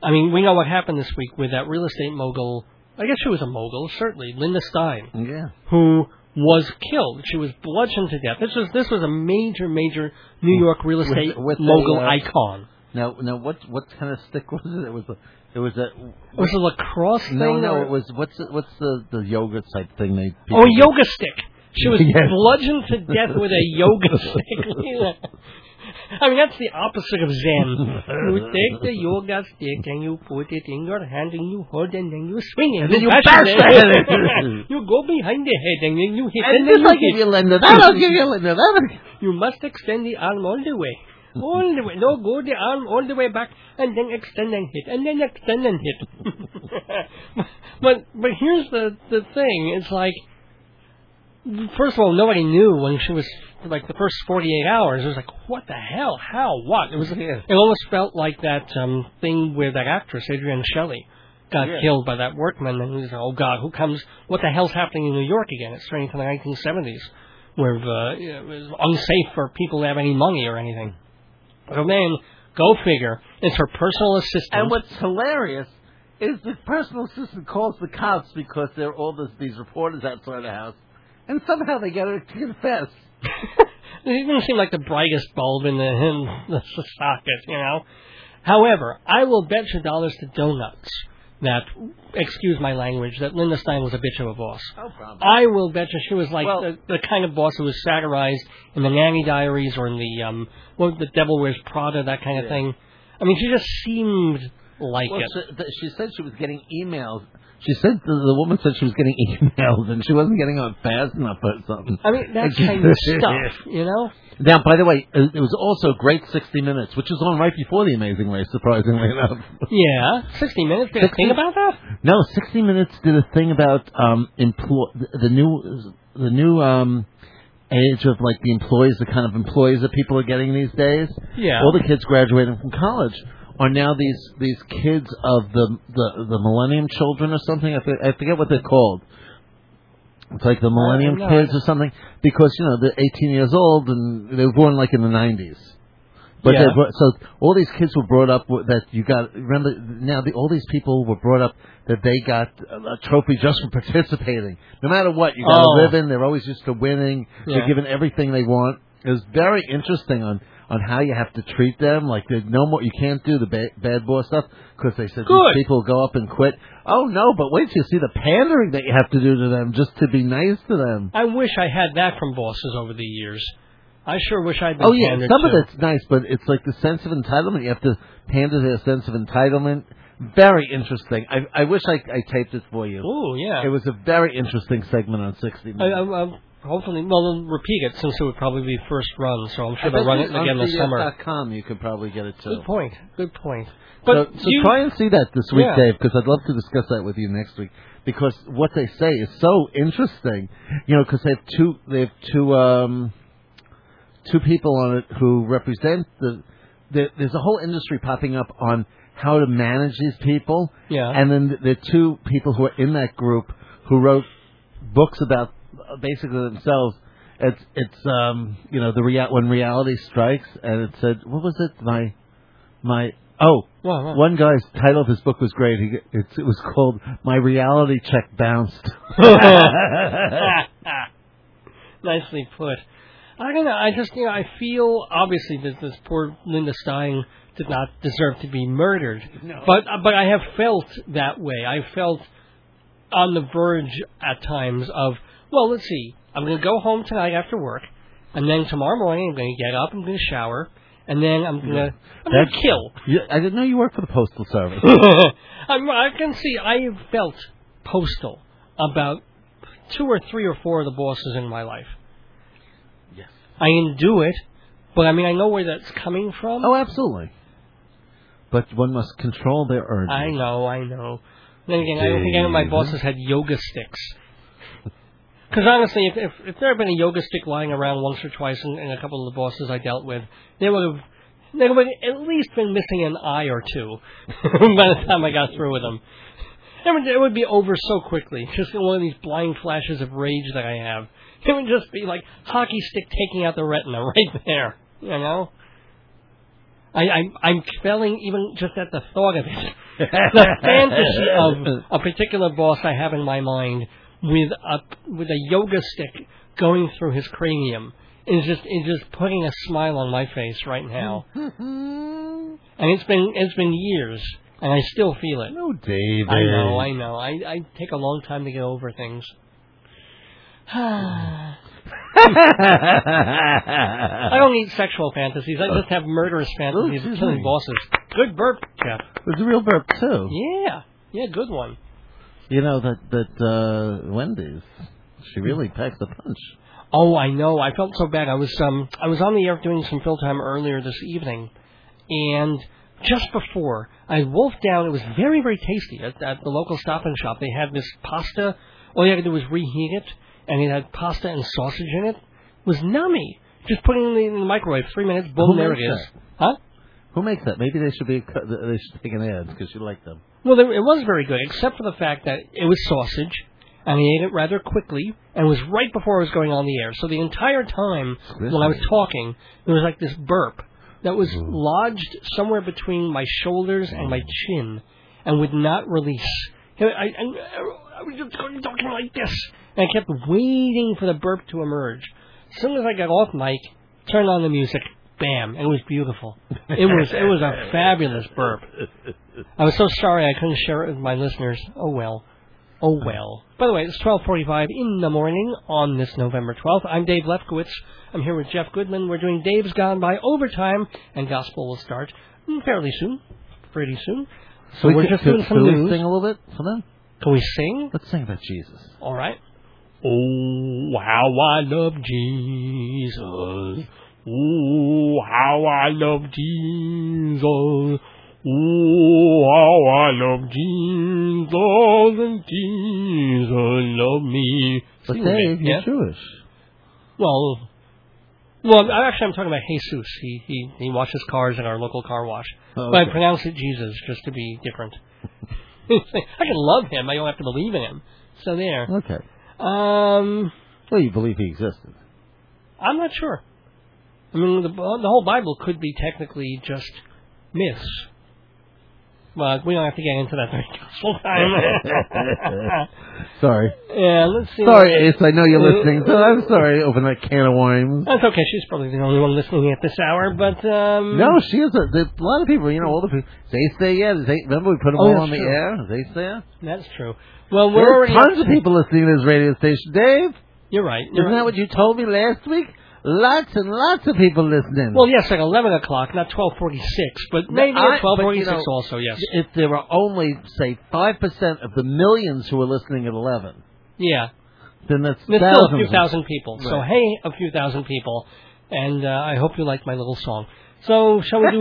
I mean, we know what happened this week with that real estate mogul. I guess she was a mogul, certainly Linda Stein.
yeah.
who was killed. She was bludgeoned to death. This was this was a major, major New York real
With-
estate
with a,
mogul
uh,
icon.
Now, now, what what kind of stick was it? It was a, it was a.
Was it a lacrosse
No,
thing?
no,
or-
it was what's the, what's the the yoga type thing they.
Oh, a yoga stick. She was
Yes.
bludgeoned to death with a yoga stick. I mean, that's the opposite of Zen. You take the yoga stick and you put it in your hand and you hold it and then you swing it.
And then you
bash
bash
it.
the head.
you go behind the head and then you hit
And
and
this
then
I
you hit.
give you lender. That I'll give you lender. That I'll-
You must extend the arm all the way. All the way. No, go the arm all the way back and then extend and hit. And then extend and hit. but but here's the, the thing. It's like, first of all, nobody knew when she was like the first 48 hours, it was like, what the hell? How? What? It was.
Yeah.
It almost felt like that um thing where that actress Adrienne Shelley got
Yeah.
killed by that workman, and he was like, oh god, who comes? What the hell's happening in New York again? It's turning to the 1970s, where uh, it was unsafe for people to have any money or anything. But man, go figure. It's her personal assistant.
And what's hilarious is the personal assistant calls the cops because there are all this, these reporters outside the house, and somehow they get her to confess.
He didn't seem like the brightest bulb in the, in the socket, you know. However, I will bet you dollars to donuts that, excuse my language, that Linda Stein was a bitch of a boss.
No problem.
I will bet you she was like
Well-
the, the kind of boss who was satirized in the Nanny Diaries or in the um, what the Devil Wears Prada, that kind of
Yeah.
thing. I mean, she just seemed like
Well,
it.
she, th- she said she was getting emails. She said the, the woman said she was getting emails and she wasn't getting on fast enough or something.
I mean, that kind of stuff, you know.
Now, by the way, uh, it it was also a great 60 Minutes, which was on right before The Amazing Race, surprisingly enough.
Yeah, sixty minutes. Did you
60
think about that?
No, 60 Minutes did a thing about um, employ the the new the new um, age of like the employees, the kind of employees that people are getting these days.
Yeah.
All the kids graduating from college are now these these kids of the the, the Millennium Children or something. I, for- I forget what they're called. It's like the Millennium
no.
Kids or something because you know they're 18 years old and they were born like in the 90s. But
Yeah.
they brought, so all these kids were brought up with, that you got. Remember now, the, all these people were brought up that they got a, a trophy just for participating. No matter what, you got
Oh.
a ribbon. They're always used to winning.
Yeah.
They're given everything they want. It was very interesting on on how you have to treat them. Like there's no more. You can't do the ba- bad boy stuff because they said
Good.
these people go up and quit. Oh no! But wait till you see the pandering that you have to do to them just to be nice to them.
I wish I had that from bosses over the years. I sure wish I'd been
Oh yeah,
pandered
some
to.
of it's nice, but it's like the sense of entitlement. You have to pander their sense of entitlement. Very interesting. I, I wish I, I taped it for you.
Ooh, yeah.
It was a very interesting segment on 60 Minutes.
I, I, I, hopefully, well, they'll repeat it since it would probably be first run, so I'm
I
sure they'll
bet
run
you
it
on uh,
again this summer.
CBS.com you could probably get it too.
Good point. Good point. But
so, so
do you,
try and see that this week,
Yeah.
Dave, because I'd love to discuss that with you next week. Because what they say is so interesting, you know, because they have two, they have two, um, two people on it who represent the. There, there's a whole industry popping up on how to manage these people,
Yeah.
and then the two people who are in that group who wrote books about uh, basically themselves. It's it's um you know the rea- when reality strikes, and it said what was it my my oh
Wow, wow.
one guy's title of his book was great. He, it, it was called "My Reality Check Bounced."
Nicely put. I don't know. I just, you know, I feel obviously that this poor Linda Stein did not deserve to be murdered. No. But uh, but I have felt that way. I felt on the verge at times of, well, let's see. I'm going to go home tonight after work, and then tomorrow morning I'm going to get up, I'm going to shower, and then I'm going to I'm going to
That's-
kill.
You- I didn't know you worked for the postal service.
I'm, I can see I have felt postal about two or three or four of the bosses in my life.
Yes.
I didn't do it, but I mean I know where that's coming from.
Oh, absolutely. But one must control their urges.
I know, I know. Then again, I don't think any of my
David.
bosses had yoga sticks. Because honestly, if, if if there had been a yoga stick lying around once or twice in, in a couple of the bosses I dealt with, they would have they would have at least been missing an eye or two by the time I got through with them. It would, it would be over so quickly. Just one of these blind flashes of rage that I have. It would just be like hockey stick taking out the retina right there. You know. I, I'm I'm quelling even just at the thought of it. the fantasy of a particular boss I have in my mind with a with a yoga stick going through his cranium is just is just putting a smile on my face right now. and it's been it's been years, and I still feel it.
No, David.
I know, I know. I, I take a long time to get over things. I don't need sexual fantasies. I just have murderous fantasies of
excuse
killing
me.
bosses. Good burp, Jeff.
It was a real burp too.
Yeah. Yeah, good one.
You know that that uh, Wendy's. She
Hmm.
really packs a punch.
Oh, I know. I felt so bad. I was um I was on the air doing some fill time earlier this evening, and just before I wolfed down, it was very very tasty at, at the local Stop and Shop. They had this pasta. All you had to do was reheat it, and it had pasta and sausage in it. It was nummy. Just put it in the, in the microwave. Three minutes. Boom.
Who
there it
makes
is.
that?
Huh?
Who makes that? Maybe they should be uh, they should take an ad because you like them.
Well, there, it was very good, except for the fact that it was sausage, and he ate it rather quickly, and it was right before it was going on the air. So the entire time
Excuse
while I was
me.
talking, there was like this burp that was lodged somewhere between my shoulders and my chin, and would not release. I, I, I, I was just going talking like this, and I kept waiting for the burp to emerge. As soon as I got off mic, turned on the music, bam, and it was beautiful. It was it was a fabulous burp. I was so sorry I couldn't share it with my listeners. Oh well. Oh well. By the way, it's 12:45 in the morning on this November 12th. I'm Dave Lefkowitz. I'm here with Jeff Goodman. We're doing Dave's Gone by Overtime, and gospel will start mm, fairly soon, pretty soon. So
we
we're
could-
just
could-
doing some
could we
news.
sing a little bit for them.
Can we sing?
Let's sing about Jesus.
All right. Oh, how I love Jesus. Oh, how I love Jesus. Oh, how I love Jesus. And Jesus love me.
But
Sing with me,
Dave, you're
yeah?
Jewish.
Well, well, I- actually, I'm talking about Jesus. He he he washes cars in our local car wash,
Oh,
but I
okay.
pronounce it Jesus just to be different. I can love him. I don't have to believe in him. So there.
Okay.
Um,
Well, you believe he existed.
I'm not sure. I mean, the, the whole Bible could be technically just myths. But we don't have to get into that very gospel time.
Sorry.
yeah, Uh, let's see.
Sorry, Ace. I know you're listening. So I'm sorry. Open that can of worms.
That's okay. She's probably the only one listening at this hour, but um,
No, she is. A, there's a lot of people. You know, all the people. Is Ace there yet? Is Ace, remember we put him
Oh,
all
that's
on the
true.
air? Is Ace there?
that's true. Well, we're
There are
already
tons of people listening to this radio station. Dave,
You're right. You're
isn't that
right.
what you told me last week? Lots and lots of people listening.
Well, yes, like eleven o'clock, not twelve forty-six, but maybe
I-
at twelve
but, you
forty-six
know,
also. Yes.
if there were only say five percent of the millions who were listening at eleven,
Yeah.
then that's
There's still a
thousands.
few thousand people. So
Right.
hey, a few thousand people, and uh, I hope you like my little song. So shall we do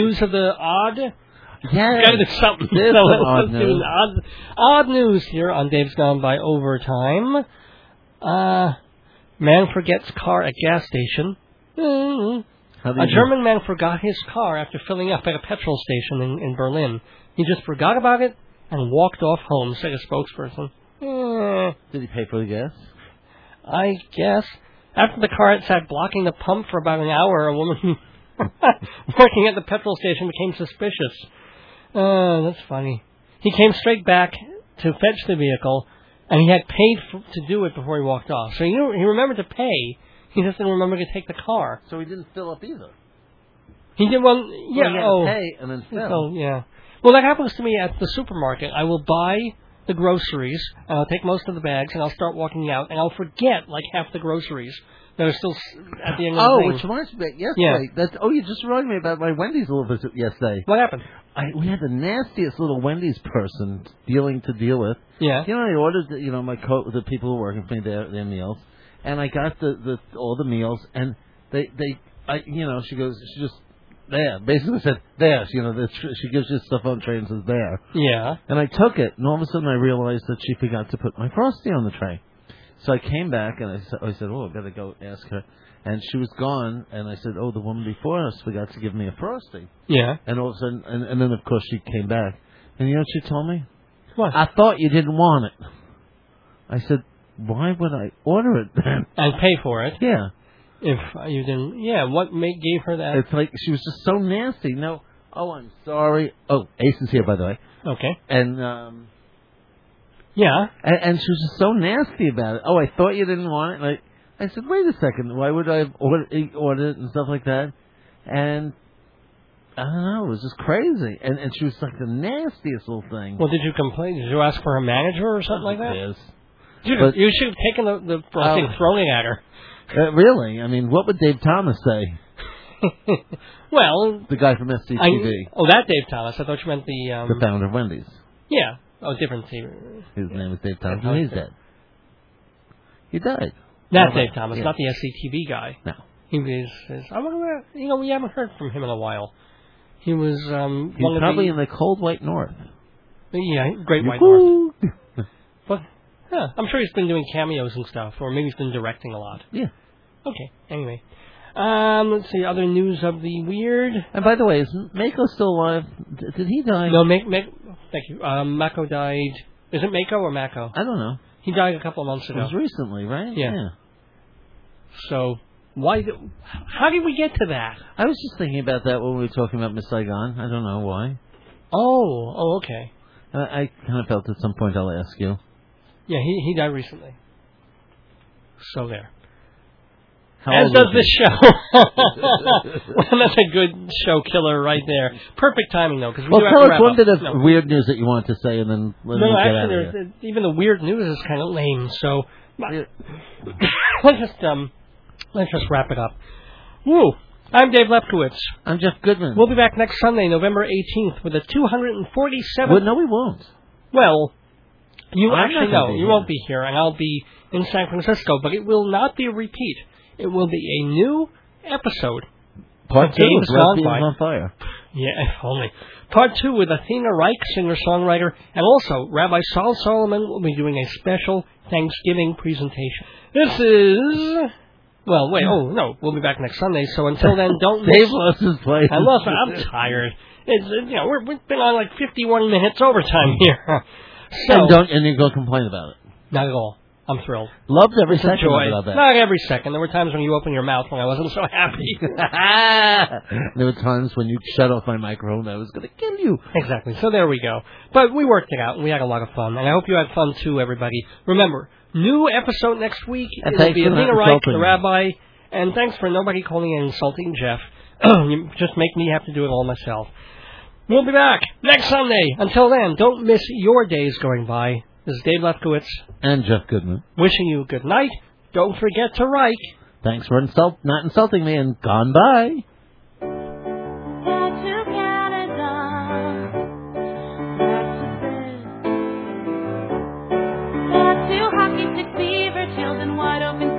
news of the odd?
Yeah,
Gotta do something.
There's
so
some
let's
odd
do
news.
odd, odd news here on Dave's Gone by Overtime. Uh, man forgets car at gas station. Mm.
How do
A
you know?
German man forgot his car after filling up at a petrol station in, in Berlin. He just forgot about it and walked off home, said a spokesperson. Eh,
Did he pay for the gas?
I guess. After the car had sat blocking the pump for about an hour, a woman working at the petrol station became suspicious. Oh, that's funny. He came straight back to fetch the vehicle, and he had paid f to do it before he walked off. So he, knew, he remembered to pay. He just didn't remember to take the car.
So he didn't fill up either.
He did one. Yeah.
Well, he had
oh.
to pay and then fill.
So yeah. Well, that happens to me at the supermarket. I will buy the groceries, and I'll take most of the bags, and I'll start walking out, and I'll forget like half the groceries that are still s- at the end of the
Oh,
thing.
which reminds me that yesterday.
Yeah.
That's oh, you just reminded me about my Wendy's little visit yesterday.
what happened?
I, we had the nastiest little Wendy's person dealing to deal with.
Yeah.
You know, I ordered, the, you know, my co- the people who were working for me their their meals, and I got the the all the meals, and they they I you know she goes she just there basically said there you know the tr- she gives you stuff on trains is there,
Yeah.
and I took it, and all of a sudden I realized that she forgot to put my frosty on the tray, so I came back and I said I said oh I gotta go ask her, and she was gone, and I said oh the woman before us forgot to give me a frosty,
Yeah.
and all of a sudden and, and then of course she came back, and you know what she told me
What?
I thought you didn't want it. I said, why would I order it then?
and pay for it
Yeah.
if you didn't. Yeah. What made gave her that?
It's like she was just so nasty. No, oh, I'm sorry. Oh, Ace is here, by the way.
Okay.
And, um,
Yeah.
and, and she was just so nasty about it. Oh, I thought you didn't want it. And I, I said, wait a second. Why would I have ordered, ordered it and stuff like that? And I don't know. It was just crazy. And, and she was like the nastiest little thing.
Well, did you complain? Did you ask for her manager or something like that?
Yes.
You,
But-
you should have taken the, the frosty
Oh.
and thrown it at her.
Uh, really? I mean, what would Dave Thomas say?
well,
The guy from SCTV.
I, oh, that Dave Thomas. I thought you meant the um,
the founder of Wendy's.
Yeah. Oh, different TV.
His name is Dave Thomas.
Yeah,
and he's
okay.
dead. He died.
Not
Yeah,
Dave Thomas,
yeah.
not the SCTV guy.
No.
He was. is- I wonder. Where, you know, we haven't heard from him in a while. He was um,
He's
one
probably
of
in the cold white north.
the yeah Great White North.
Yoo-hoo!
But huh, I'm sure he's been doing cameos and stuff, or maybe he's been directing a lot.
Yeah.
Okay. Anyway, Um, let's see, other news of the weird.
And by the way, is Mako still alive? D- did he die?
No, make, make, thank you. Um, Mako died. Is it Mako or Mako?
I don't know.
He died a couple of months
It
ago.
was recently, right?
Yeah. So why? Do, how did we get to that?
I was just thinking about that when we were talking about Miss Saigon. I don't know why.
Oh, oh, okay.
I, I kind of felt at some point I'll ask you.
Yeah, he he died recently. So there.
How
As
old
does
was
this
he?
show. well, that's a good show killer right there. Perfect timing though, because we
Well,
do have
tell
to
us
wrap
one
up.
bit of
No.
weird news that you want to say, and then let
No,
me get out
actually,
of
there's,
here.
there's- even the weird news is kind of lame. So let's just um, let's just wrap it up. Woo! I'm Dave Lepkowitz.
I'm Jeff Goodman.
We'll be back next Sunday, November 18th, with a 247th.
Well, no, we won't.
Well, you
I'm
actually
not gonna
no,
be
you
here.
won't be here, and I'll be in San Francisco. But it will not be a repeat. It will be a new episode.
Part
The
two
game's
is Ralph
gone
Beans
by.
on fire.
Yeah, if only. Part two with Athena Reich, singer songwriter, and also Rabbi Saul Solomon will be doing a special Thanksgiving presentation. This is. Well, wait, oh no, we'll be back next Sunday, so until then, don't
Dave
miss.
lost his place.
I love I'm tired. It's, it- you know, we're, we've been on like 51 minutes overtime here. So,
and don't and you go complain about it.
not at all. I'm thrilled.
Loved every
It's a
second
joy.
of it.
Not every second. There were times when you opened your mouth when I wasn't so happy.
I bet. Ah! there were times when you shut off my microphone. I was going to kill you.
Exactly. So there we go. But we worked it out, and we had a lot of fun. And I hope you had fun too, everybody. Remember, new episode next week.
And
It'll
thanks
be
for
Alina
not
Reich,
insulting
the
me.
rabbi. And thanks for nobody calling and insulting Jeff. you just make me have to do it all myself. We'll be back next Sunday. Until then, don't miss your days going by. This is Dave Lefkowitz
And Jeff Goodman.
wishing you good night. Don't forget to Reich.
Thanks for insult not insulting me and gone by.
Back to Canada, back to bed, back to hockey, stick fever, chills, and wide open